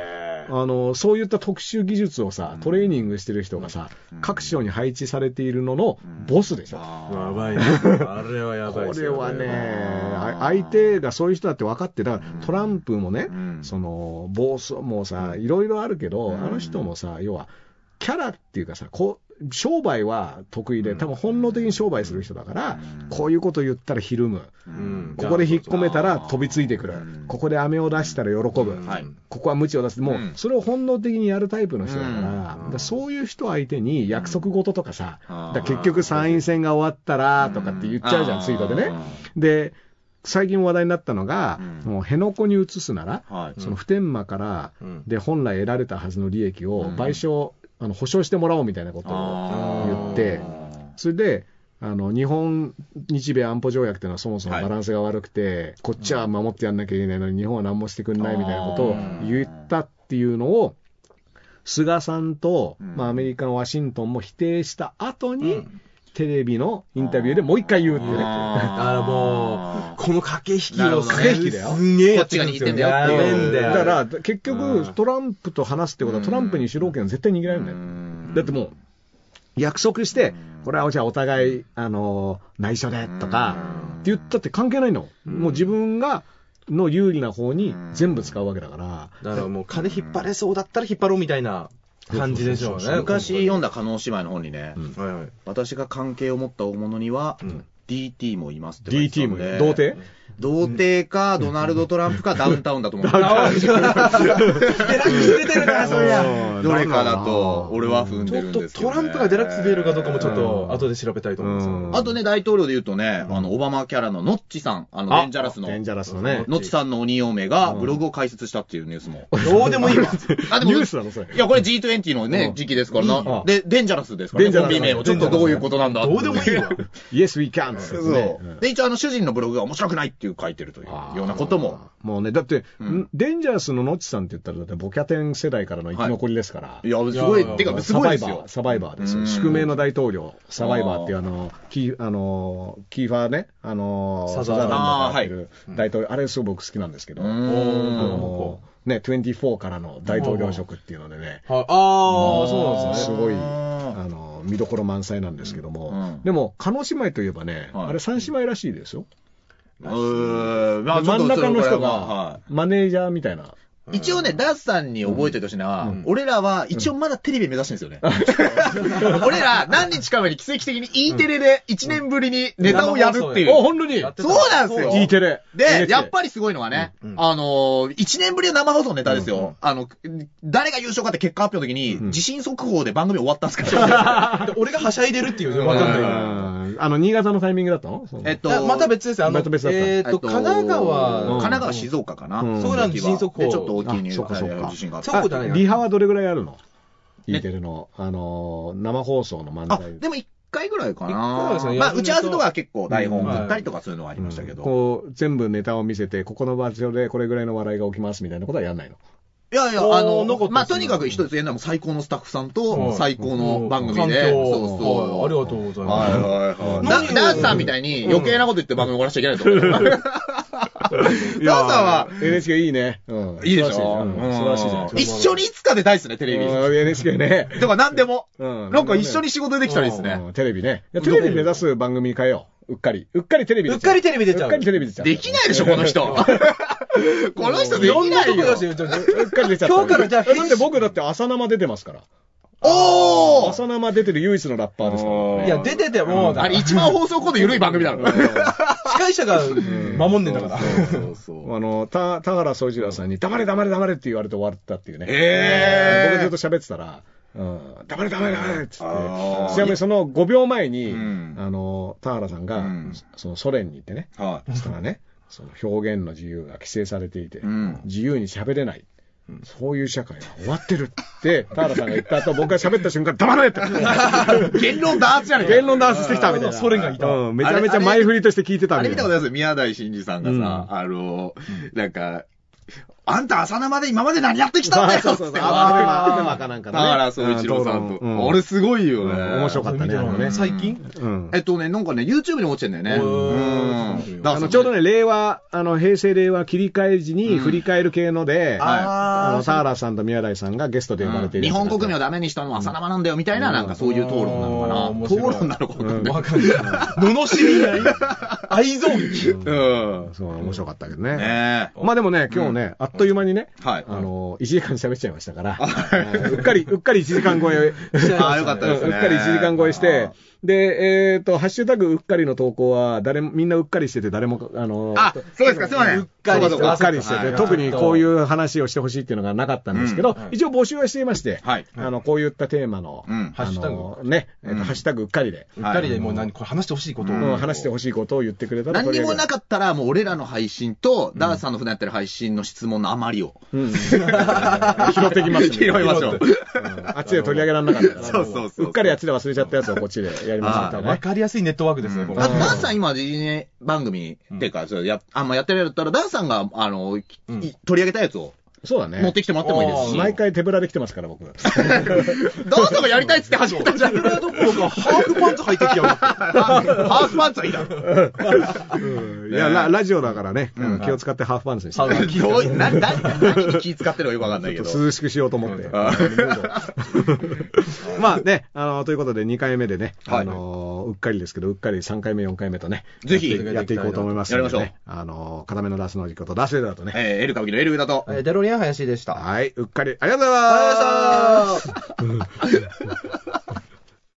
A: あの、そういった特殊技術をさ、トレーニングしてる人がさ、各省に配置されているのの
C: うん
A: ボスでしょ。
C: あー
B: やばいね。あれはやばい
A: こ
B: です
A: れ
B: よ
A: はね、
C: あー
A: あ相手がそういう人だって分かって、だからトランプもね
C: う、ん
A: その、暴走もさ、いろいろあるけど、
C: うん
A: あの人もさ、要は、キャラっていうかさ、こう、商売は得意で、多分本能的に商売する人だから、
C: うん
A: こういうこと言ったらひるむ。
C: うん
A: ここで引っ込めたら飛びついてくる
C: うん。
A: ここで飴を出したら喜ぶ。
B: うん
C: はい
A: ここは無知を出す。もう
C: うん、
A: それを本能的にやるタイプの人だから、
C: うん
A: だからそういう人相手に約束事とかさ、
C: あー
A: だから結局参院選が終わったらとかって言っちゃうじゃ、
C: うんん
A: ツイートでね。で、最近話題になったのが、
C: うん
A: もう辺野古に移すなら、
C: はい
A: その普天間から、
B: うん
A: で、本来得られたはずの利益を
C: うん
A: 賠償、あの保証してもらおうみたいなことを言ってそれで、あの日本、日米安保条約っていうのはそもそも
C: はい
A: バランスが悪くて、こっちは守ってやんなきゃいけないのに、日本は何もしてくれないみたいなことを言ったっていうのを、菅さんと、
C: うん
A: まあ、アメリカのワシントンも否定した後に、
B: うん
A: テレビのインタビューでもう一回言うっていうね。
B: だからもう、この駆け引きの
C: なるほどね
A: 駆け引きだよ
B: すんげえやってくるんですよ。
C: こっちが
B: や
C: 握
B: べ
C: って
B: え
C: ん
B: んだよ。
A: だから、結
B: うん
A: 局、トランプと話すってことは、トランプに主導権は絶対握られるんだよ。だってもう、約束して、これはじゃあお互い、あのー内緒でとか、って言ったって関係ないの。もう自分が、の有利な方に全部使うわけだから。
B: だからもう金引っ張れそうだったら引っ張ろうみたいな感じでしょうね。
C: 昔読んだ加納姉妹の本にね、
A: うん
B: はいはい。
C: 私が関係を持った大物には、
B: ん
C: DT もいますって書いて
A: DT
C: たん
A: も
C: で
A: 童貞
C: 童貞か、ドナルド・トラン
A: *laughs*
C: プか、ダウンタウンだと思う。
B: デラックス出てるな、そりゃ。
A: うん
C: どれかだと、俺は踏ん
B: ち
C: で
B: ょ
C: る
B: っ
C: ん
B: と
C: ですけど
B: ト
C: ね
B: ランプがデラックス出るかどうかもちょっと後で調べたいと思うんですよ
A: う
B: ね
A: ん。
C: あとね、大統領で言うとね、あの、オバマキャラのノッチさん、あの、
A: あ
C: デンジャラスの、
A: デンジ
C: ノ
A: ャラスのね。
C: ッチさんの鬼嫁がブログを開設したっていうニュース
A: *laughs*
C: も。
B: どうでもいいわ。
C: あ、
A: ニュースなのそれ
C: いや、これ G20 のね
A: う、ん
C: 時期ですから
A: う
C: な。
A: ん
C: で、デンジャラスですか
A: デ
C: ら
A: ン
C: ね、
A: ジャ
C: コ
A: ラ
C: ン
A: ス
C: ビ名を。ちょっとどういうことなんだ
B: どうでもいいわ。
A: Yes, we can! ってやつ
C: そう
A: ねうん
C: で、一応、あの、主人のブログが面白くないっていう書いてるというようなことも。
A: もうね、だって、
C: うん
A: んデンジャラスのノッチさんって言ったら、だってボキャテン世代からの生き残りですから。
C: いや、すご
B: いや
C: い、てか、す
A: サ
C: ご
A: バ
C: いで
A: イ
C: す
A: バ
C: よ
A: ー、。サバイバーです
C: う
A: よ。
C: ん
A: 宿命の大統領、サバイバーっていうあの、キー、あの、キーファーね、あの、
B: サ
A: サ
B: ザ
A: ザ
B: ー
A: ー
B: ラ
A: ラン
B: ンド
A: ド
C: が
A: がや
C: やっ
A: ってて
C: る
A: る大統領、あれすごい僕好きなんですけど、
C: う
A: あ
C: ーん
A: の、ね、24からの大統領職っていうのでね、
B: ああー、そうなんです
A: す
B: ね。
A: ごい、
C: うん
A: あの、見どころ満載なんですけど
C: うんう
A: も
C: ん、
A: でも、加納姉妹といえばね、
C: はい
A: あれ三姉妹らしいですよ。
C: うーんまあ
A: で
C: ちょ
A: 真
C: っと
A: ん中の
C: それ
A: 人
C: これはは
A: が、マネージャーみたいな。
C: い一応ね、ダースさんに覚えててほしいのは、俺らは一応まだテレビ目指してるんですよね。 *laughs* 俺ら何日か前に奇跡的に E テレで1年ぶりにネタをやるってい
B: うん
A: お、
C: う。
A: 本当に
B: やってた
C: そうなんですよ。
A: E テレ。
C: で、
A: NHK
C: やっぱりすごいのはね、
B: うん
C: あのー、1年ぶりの生放送のネタですよ。あの、誰が優勝かって結果発表の時に、
A: ん
C: 地震速報で番組終わったんです *laughs* から。
B: で俺がはしゃいでるっていう、わかんないから。
A: うんあの、新潟のタイミングだったのその
C: えっと
B: だ、また別ですよ。あの、え
A: また別だった
B: ーと、神奈川、
C: 神奈川、静岡かな。
A: うん
B: そこらの地震速報
C: でちょっと大きいニュ
A: あそうかそうか
C: ー地震があった
B: そ。こじゃないな
A: リハはどれぐらいあるの
C: ね
A: ?E テレの、あのー、生放送の漫
C: あ、
A: 才。
C: でも一回ぐらいか
B: 一回は
C: な。
B: ですね
C: まあ、
B: 休みの
C: 打ち合わせとかは結構台本
B: うん
C: 振ったりとかするのはありましたけど。
A: こう、全部ネタを見せて、ここの場所でこれぐらいの笑いが起きますみたいなことはやんないの。
C: いやいや、
B: おー
C: あの、
B: なかったですね
C: まあ、とにかく一つ言えるのはもう最高のスタッフさん
B: う
C: と
B: ん
C: 最高の番組
B: 環
C: で。
B: 境
C: そうそう。
B: はいありがとうござい
C: はい
B: ま
C: はい
B: 何
C: はい。ダダンスさんみたいに余計なこと言って番組終わらしちゃいけないと思う。 *laughs* ダンスさんは、
A: NHK いいね。うん。
C: いいでし
A: 素
C: ょ
A: 晴らしいじゃん。
C: うん一緒にいつか出たいですね、テレ
A: うん
C: ビ。
A: NHK ね。
C: とか何でも。
A: うん
C: なんか一緒に仕事できたらいいです
A: う
C: ね。
A: んテレビね。いやテレビ目指す番組に変えよう。うっかり。うっかりテレビ出ちゃ
B: うっかりテレビ出ちゃう
A: うっかりテレビ出ちゃう。
C: できないでしょ、この *laughs* 人。この人
B: す。い
C: で
B: ろん
C: き
B: な
C: な
B: とこ
C: い
B: 出
C: よ
B: し。てるちょっと
A: うっかり出ちゃった。
B: 今日からじゃあ
A: だって僕だって朝生出てますから。
C: お
A: 朝
C: ー
A: 生出てる唯一のラッパーですから。
B: いや、出てても、
C: あれ一番放送コード緩い番組だろ。
B: 司会者が守んねえんだから。
C: そうそう。
A: あの、た、田原総一郎さんに、黙れ黙れ黙れって言われて終わったっていうね。
C: えー
A: 僕ずっと喋ってたら、うん、黙れ黙れ黙れって言
C: あ
A: っ
C: ー
A: て、ちなみにその5秒前に、
C: うん
A: あの、田原さんが、
C: うん
A: そのソ連に行ってね、
C: はい。
A: そしたらね、その表現の自由が規制されていて、
C: ん
A: 自由に喋れない。そういう社会は終わってるって、田原さんが言った後、僕が喋った瞬間、黙れって、
C: 言論弾圧じゃねえか
A: 言論ダンスしてきたみたいな。
B: ソ連がいた
A: うん、めちゃめちゃ前振りとして聞いてた
C: あ
A: み
C: れ
A: た
C: 見
A: い
C: た
A: な
C: ことありますよ宮台真司さんがさ、
A: う
C: あの、なんか、あんた朝生で今まで何やってきたんだよ
A: そう
C: っ
A: そうそ
C: つっ
A: う。
C: て。
A: アベマかなんか
D: だ
A: のね
D: から、そう、一郎さんと。あれ、すごいよね。
A: うん面白かったね
B: 見てな
A: あのね
B: *laughs* 最近
A: うん
C: えっとね、なんかね、YouTube に落ちてんだよね。
B: ー
C: うん。
A: あのちょうどね、令和、あの平成、令和切り替え時に振り返る系ので、
C: はい
A: あ
B: あ
A: のサーラさんと宮台さんがゲストで呼ばれている
C: 日
A: やつなん
C: 本
A: ですよ、
C: 国民をダメにしたのは浅生なんだよみたいな、なんかそういう討論な
B: あー
C: の
B: 面
C: か
B: 白
C: な。
B: い
C: 討論なのかわかん
B: ー。
C: ない。
B: わかんない。罵りない愛憎劇
D: うん。
A: そう、面白かったけどね。
C: ねえ。
A: まあでもね、今日ね、あっという間にね、
C: はい
A: あの、1時間喋っちゃいましたから、うっかり、うっかり1時間超え、
C: ああ、よかったです
A: う
C: ね。
A: っかり1時間超えして、で、えっ、と、ハッシュタグうっかりの投稿は、誰も、みんなうっかりしてて、誰も、あの、
C: あ、そうですか、すいません。
B: うっかり
C: そうう
A: っ
B: して
C: かそうか
A: っかりして
B: は
A: て、
B: い
A: 特にこういう話をしてほしいっていうのがなかったんですけど、一応募集はしていまして、
C: はい
A: あの、こういったテーマの、
C: うん
A: あ
B: ハッシュタグ
A: の、ね、えっと
C: うん
A: ハッシュタグうっかりで、
B: うっかりでもう何、これ話してほしいこと
A: うん
B: を。
A: 話してほしいことを言ってくれたら
C: 何にも
A: とりあ
C: なかったら、もう俺らの配信と、ダースさんの普段やってる配信の質問の余りを。
A: えずうん *laughs* 拾ってきます、ね、
C: 拾いましょ
A: う
C: う。
A: んあっちで取り上げられなかったから。
C: そうそうそう
A: っかりあっちで忘れちゃったやつをこっちでやりましょうみたいな
B: わ
A: ね。
B: かりやすいネットワークですね、これ
C: だってダンさん今、時事ね番組、っていうか、そうや、あんまやってるやったら、ダンさんが、あの、い
B: うん
C: 取り上げたやつを
A: そうだね。
C: 持ってきてもらってもいいです
B: き
C: し。
B: あ
A: 毎回手ぶらで来てますから、僕。
C: ダンさんがやりたいっつって始めたじゃ
B: *laughs*
C: ん。
B: それどころか、ハーフパンツ履い *laughs*
C: *laughs*
B: てきやがって。
C: ハーフパンツはいいだろ。
A: うんいや、ララジオだからね、あの気を使ってハーフパンツにして、
B: ハーフパンツ
C: どうい、な、な、何に気使ってるのかよくわかんないけど。
A: 涼しくしようと思って。 *laughs* まあね、あの、ということで2回目でね、
C: はい
A: あの、うっかりですけど、うっかり3回目、4回目とね、
C: ぜひ
A: やってやっていこうと思いますんでね
C: やりましょう
A: あの、片目のラスの時ことラスレダーとね、
C: えー、エルカブキのエルウだと。
D: えーデロリアン林でした。
A: はい、うっかり、ありがとうございます。